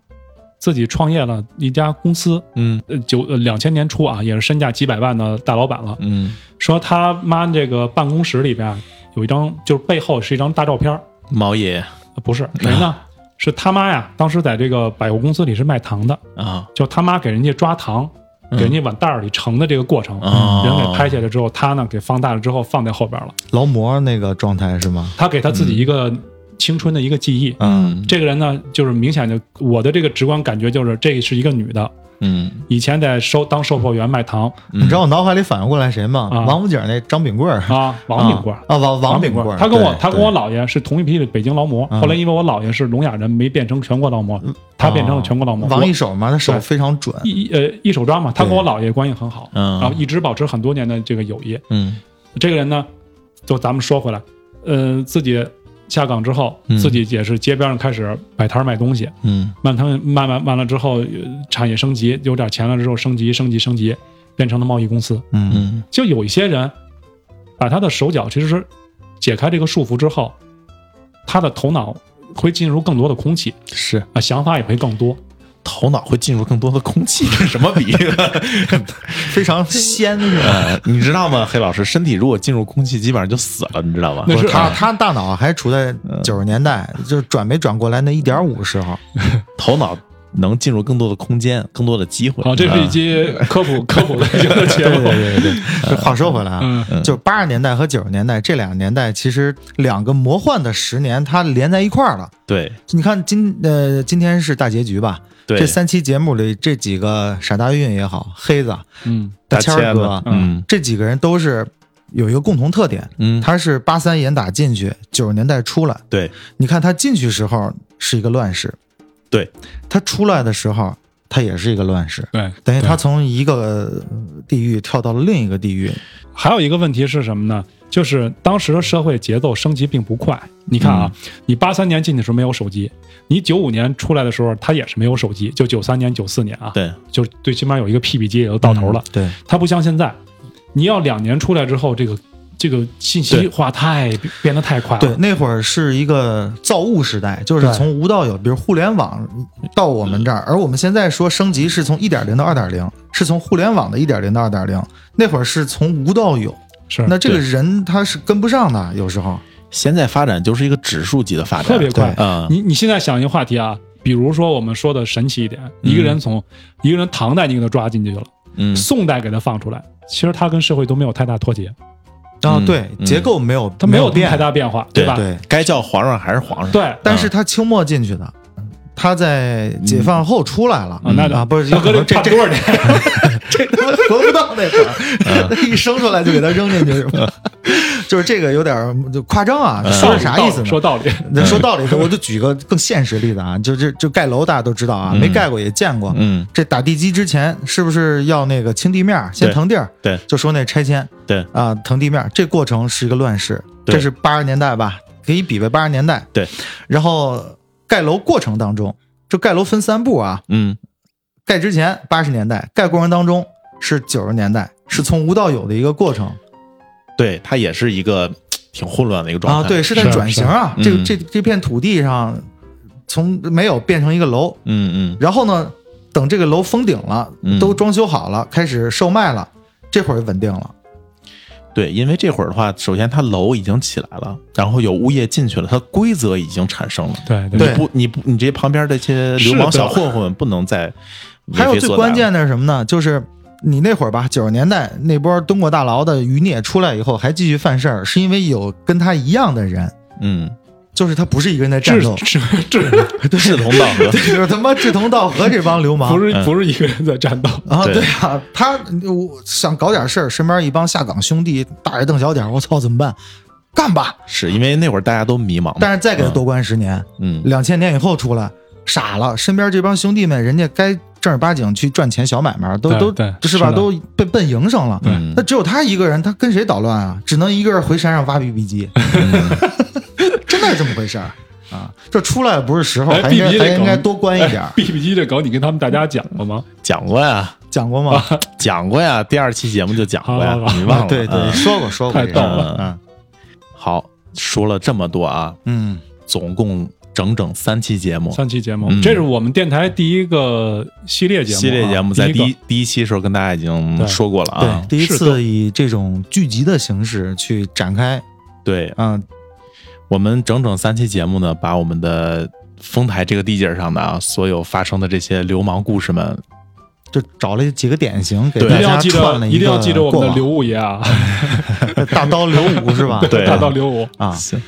S2: 自己创业了一家公司，
S1: 嗯
S2: 呃，九两千年初啊，也是身价几百万的大老板了。
S1: 嗯，
S2: 说他妈这个办公室里边啊有一张，就是背后是一张大照片儿，
S1: 毛爷
S2: 呃不是谁呢？
S3: 啊
S2: 是他妈呀，当时在这个百货公司里是卖糖的，
S1: 啊
S2: 就他妈给人家抓糖，
S3: 嗯
S2: 给人家往袋儿里盛的这个过程，
S1: 哦
S2: 人给拍下来之后，他呢给放大了之后放在后边了，
S3: 劳模那个状态是吗？
S2: 他给他
S3: 嗯
S2: 自己一个青春的一个记忆。
S1: 嗯
S2: 这个人呢，就是明显就我的这个直观感觉就是这是一个女的，
S1: 嗯
S2: 以前在收当售货员卖糖
S1: 嗯
S3: 你知道我脑海里反应过来谁吗？
S2: 啊
S3: 王府井那张炳贵儿，
S2: 啊，王炳贵儿。
S3: 啊，王
S2: 王
S3: 炳
S2: 贵
S3: 贵
S2: 儿
S3: 儿，，
S2: 他跟我
S3: 对
S2: 他跟我姥爷是同一批的北京劳模，
S3: 嗯
S2: 后来因为我姥爷是聋哑人，没变成全国劳模，他变成了全国劳模。
S3: 王
S2: 我
S3: 一手嘛，他手
S2: 对
S3: 非常准，
S2: 一一呃一手抓嘛，他跟我姥爷关系很好，
S1: 嗯
S2: 然后一直保持很多年的这个友谊。
S1: 嗯
S2: 这个人呢，就咱们说回来，呃，自己下岗之后，
S1: 嗯
S2: 自己也是街边上开始摆摊儿卖东西，
S1: 嗯
S2: 慢摊慢慢完了之后，呃产业升级，有点钱了之后升级升级升级，变成了贸易公司。
S3: 嗯，
S1: 嗯
S2: 就有一些人，把他的手脚其实是解开这个束缚之后，他的头脑会进入更多的空气
S1: 是
S2: 啊，想法也会更多。
S1: 头脑会进入更多的空气，这是什么比喻？
S3: 非常鲜是吧？
S1: 呃，你知道吗，黑老师，身体如果进入空气，基本上就死了，你知道吗
S2: 那？
S3: 不
S2: 是
S3: 啊他，他大脑还处在九十年代，就是转没转过来那一点五时候，
S1: 头脑能进入更多的空间，更多的机会。
S2: 好，哦这是一
S1: 啊
S2: 期科普科普类型的节目。
S3: 对对。这话说回来啊，
S2: 嗯，
S3: 就是八十年代和九十年代这两个年代，其实两个魔幻的十年，它连在一块儿了。
S1: 对
S3: 你看今呃今天是大结局吧？
S1: 对，
S3: 这三期节目里，这几个傻大运也好，黑子、
S2: 嗯，
S1: 大
S3: 谦
S1: 千呢
S3: 儿哥，啊
S1: 嗯
S3: 这几个人都是有一个共同特点，
S1: 嗯，
S3: 他是八三严打进去，九十年代出来。
S1: 对
S3: 你看他进去时候是一个乱世，
S1: 对
S3: 他出来的时候他也是一个乱世，
S2: 对。
S3: 等于他从一个呃地狱跳到了另一个地狱。
S2: 还有一个问题是什么呢？就是当时的社会节奏升级并不快。你看啊，
S3: 嗯
S2: 你八三年进去时候没有手机，你九五年出来的时候，他也是没有手机，就九三年、九四年啊，
S1: 对，
S2: 就是最起码有一个 PB 机也就到头了。
S3: 嗯对，
S2: 它不像现在，你要两年出来之后，这个这个信息
S1: 对
S2: 化太变得太快了。
S3: 对，那会儿是一个造物时代，就是
S2: 对
S3: 从无到有，比如互联网到我们这儿，而我们现在说升级是从一点零到二点零，是从互联网的一点零到二点零，那会儿是从无到有，
S2: 是
S3: 那这个
S1: 对
S3: 人他是跟不上的，有时候。
S1: 现在发展就是一个指数级的发展，
S2: 特别快。
S3: 呃
S1: 啊，
S2: 你你现在想一个话题啊，比如说我们说的神奇一点，
S3: 嗯
S2: 一个人从一个人唐代你给他抓进去了，
S1: 嗯
S2: 宋代给他放出来，其实他跟社会都没有太大脱节，
S3: 啊，
S1: 嗯
S3: 对，
S1: 嗯
S3: 结构没有，
S2: 他
S3: 没
S2: 有
S3: 变
S2: 太，大变化，
S1: 对
S2: 吧？
S3: 对，
S1: 该叫皇上还是皇上，
S2: 对。啊
S3: 但是他清末进去的，他在解放后出来了，
S2: 啊，
S1: 嗯
S2: 那
S3: 啊不是，
S2: 大哥，
S3: 有
S2: 这
S3: 可
S2: 差
S3: 能这
S2: 多少年？
S3: 这这他妈活不到那会儿， 那一生出来就给他扔进 去是吧？就是这个有点儿就夸张啊， 说的啥意思呢？
S2: 嗯说道理，
S3: 那说道理，我就举个更现实例子啊，就这就盖楼大家都知道啊，
S2: 嗯
S3: 没盖过也见过。
S1: 嗯，
S3: 这打地基之前是不是要那个清地面儿，先
S1: 对
S3: 腾地儿？
S1: 对
S3: 就说那拆迁。
S1: 对
S3: 啊，腾地面儿这过程是一个乱世，
S1: 对
S3: 这是八十年代吧？可以比为八十年代。
S1: 对，
S3: 然后盖楼过程当中，这盖楼分三步啊，
S1: 嗯
S3: 盖之前八十年代，盖过程当中是九十年代，是从无到有的一个过程
S1: 对，它也是一个嘖挺混乱的一个状
S3: 啊，
S1: 态。
S3: 对，是在
S2: 是
S3: 转型啊，
S1: 是
S3: 这个
S1: 嗯
S3: 这这片土地上从没有变成一个楼，
S1: 嗯嗯
S3: 然后呢，等这个楼封顶了
S1: 嗯，
S3: 都装修好了，开始售卖了，这会儿稳定了。
S1: 对，因为这会儿的话，首先它楼已经起来了，然后有物业进去了，它规则已经产生了。
S2: 对对
S3: 对
S1: 不，你不，你这旁边这些流氓
S2: 是的
S1: 小混混不能再为
S3: 还有
S1: 非
S3: 最
S1: 作歹
S3: 关
S1: 了
S3: 键的是什么呢？就是你那会儿吧，九十年代那波蹲过大牢的余孽出来以后，还继续犯事儿，是因为有跟他一样的人，
S1: 嗯，
S3: 就是他不是一个人在战
S2: 志
S3: 斗，
S2: 志志
S1: 志 同道合，
S3: 对， 就是他妈志同道合这帮流氓
S2: 不。是
S1: 嗯
S2: 不是一个人在战斗，
S3: 啊，
S1: 对
S3: 对啊，他我想搞点事儿，身边一帮下岗兄弟大眼瞪小眼儿，我操，怎么办？干吧！
S1: 是因为那会儿大家都迷茫嘛。
S3: 但是再给他多关十年，
S1: 嗯，嗯
S3: 两千年以后出来，傻了。身边这帮兄弟们，人家该正儿八经去赚钱小买卖儿，都
S2: 对
S3: 都
S2: 对
S3: 是吧？
S2: 是的
S3: 都奔奔营生了。
S1: 嗯
S3: 那只有他一个人，他跟谁捣乱啊？只能一个人回山上挖 BB 机，真的是这么回事儿啊！这出来不是时候，
S2: 哎
S3: 还应
S2: ，B B
S3: 该还
S2: 这
S3: 应
S2: 梗
S3: 该多关一点儿。
S2: 哎 B B 机这梗你跟他们大家讲过吗？
S1: 讲过呀，
S3: 讲过吗？
S1: 讲过呀，第二期节目就讲过呀
S2: 好好，好
S1: 你忘了？
S3: 对对，
S1: 嗯
S3: 说过说过
S2: 太
S3: 这
S2: 逗
S3: 个，
S1: 了
S3: 嗯
S1: 好，说了这么多啊，
S3: 嗯，
S1: 总共整整三期节目。
S2: 三期节目
S1: 嗯，
S2: 这是我们电台第一个系列节目啊，
S1: 系列节目在第
S2: 第一
S1: 一第一期的时候跟大家已经
S2: 对
S1: 说过了啊
S3: 对，，第一
S2: 是
S3: 次以这种剧集的形式去展开，
S1: 对
S3: 嗯，
S1: 我们整整三期节目呢，把我们的丰台这个地界上的啊，所有发生的这些流氓故事们，
S3: 就找了几个典型给
S1: 对
S2: 个一
S3: 大
S2: 定要
S3: 家
S2: 记
S3: 串
S2: 得
S3: 了
S2: 一定
S3: 个
S2: 要记得我们
S3: 过
S2: 的
S3: 往
S2: 刘五爷啊，
S3: 大刀刘武是 吧？
S1: 对
S2: 大到刘五，
S3: 啊，
S1: 行。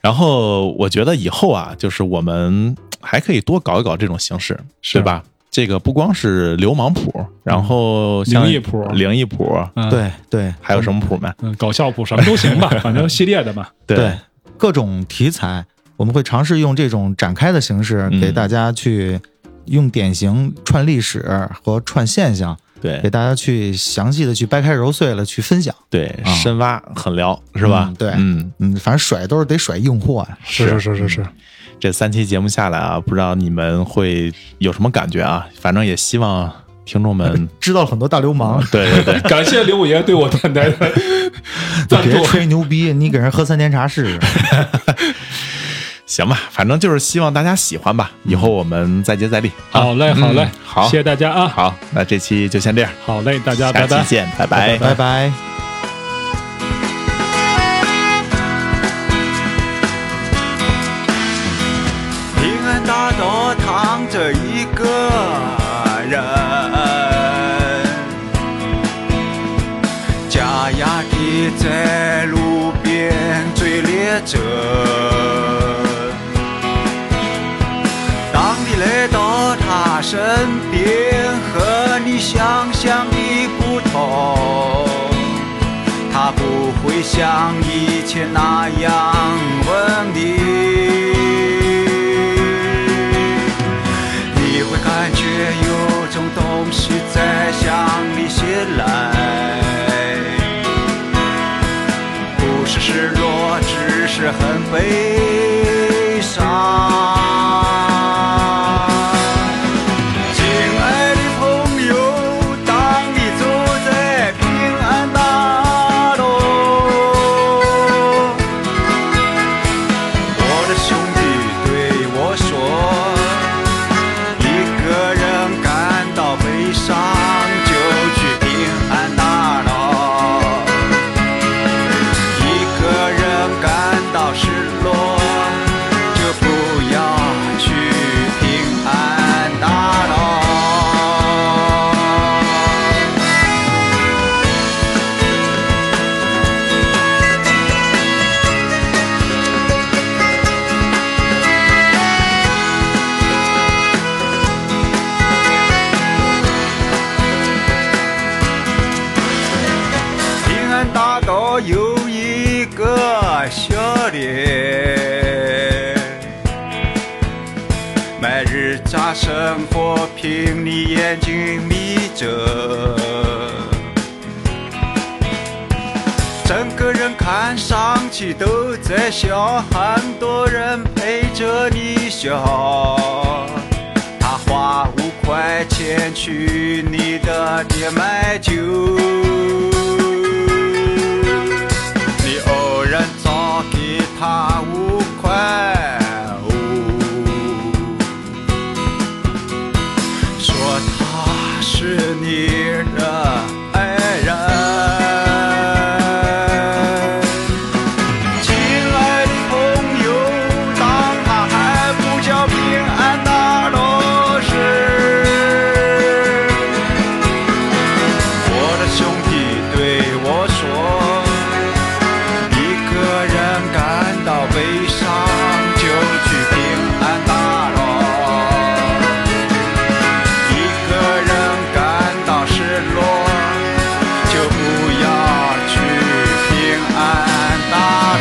S1: 然后我觉得以后啊，就是我们还可以多搞一搞这种形式，
S2: 是
S1: 对？吧？这个不光是流氓谱，然后像
S2: 嗯灵异谱
S1: 灵异谱，
S2: 嗯，
S3: 对对
S1: 还有什么谱没？
S2: 嗯，搞笑谱什么都行 吧，反正系列的嘛。
S3: 对，各种题材，我们会尝试用这种展开的形式
S1: 嗯
S3: 给大家去用典型串历史和串现象，给
S1: 对
S3: 大家去详细的去掰开揉碎了去分享。
S1: 对，
S3: 啊
S1: 深挖狠聊是吧
S3: 嗯？对
S1: 嗯，
S3: 嗯，反正甩都是得甩硬货啊呀、
S1: 是
S2: 是是是，
S1: 这三期节目下来啊，不知道你们会有什么感觉啊？反正也希望听众们，
S3: 知道了很多大流氓，
S1: 对对对，
S2: 感谢刘五爷对我电台的 赞
S3: 别
S2: 助。
S3: 吹牛逼，你给人喝三天茶试试。
S1: 行吧，反正就是希望大家喜欢吧。以后我们再接再厉。啊
S2: 好嘞，好嘞
S1: 嗯，好
S2: 谢谢大家啊，
S1: 好，那这期就先这样，
S2: 好嘞，大家
S1: 下
S2: 拜拜
S1: 期。见，拜拜。
S3: 拜拜。
S4: 平安大道躺着一个人，假牙贴在路边嘴咧着。当你来到他身边，和你相像的不同，他不会像以前那样问你。你会感觉有种东西在向你袭来，不是失落，只是很悲伤。亲爱的朋友，当你走在平安大路，我的兄弟对我说，一个人感到悲伤，就去平安大道。一个人感到失落，就不要去平安大道。平安大道有一个小店，卖日杂生活，凭你眼睛眯着，整个人看上去都在笑，很多人陪着你笑，他花无快牵去你的铁麦酒。你偶然找给他五块哦五，说他是你的爱人。亲爱的朋友，当他还不叫平安大罗时，我的兄弟对我说，一个人感到悲伤就去平安大罗，一个人感到失落。就不要去平安大道。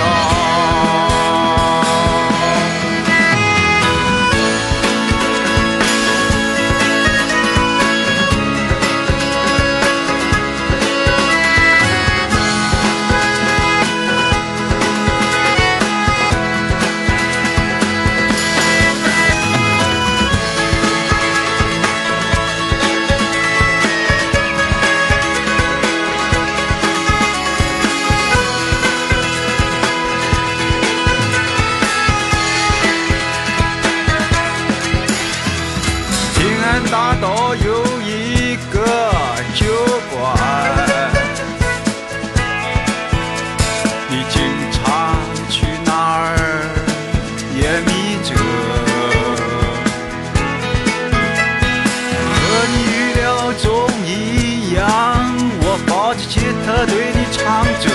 S4: 平安大道有一个酒馆，你经常去那儿也迷着。和你预料中一样，我抱着吉他对你唱着。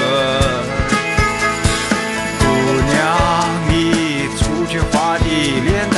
S4: 姑娘，你出去花的脸蛋哎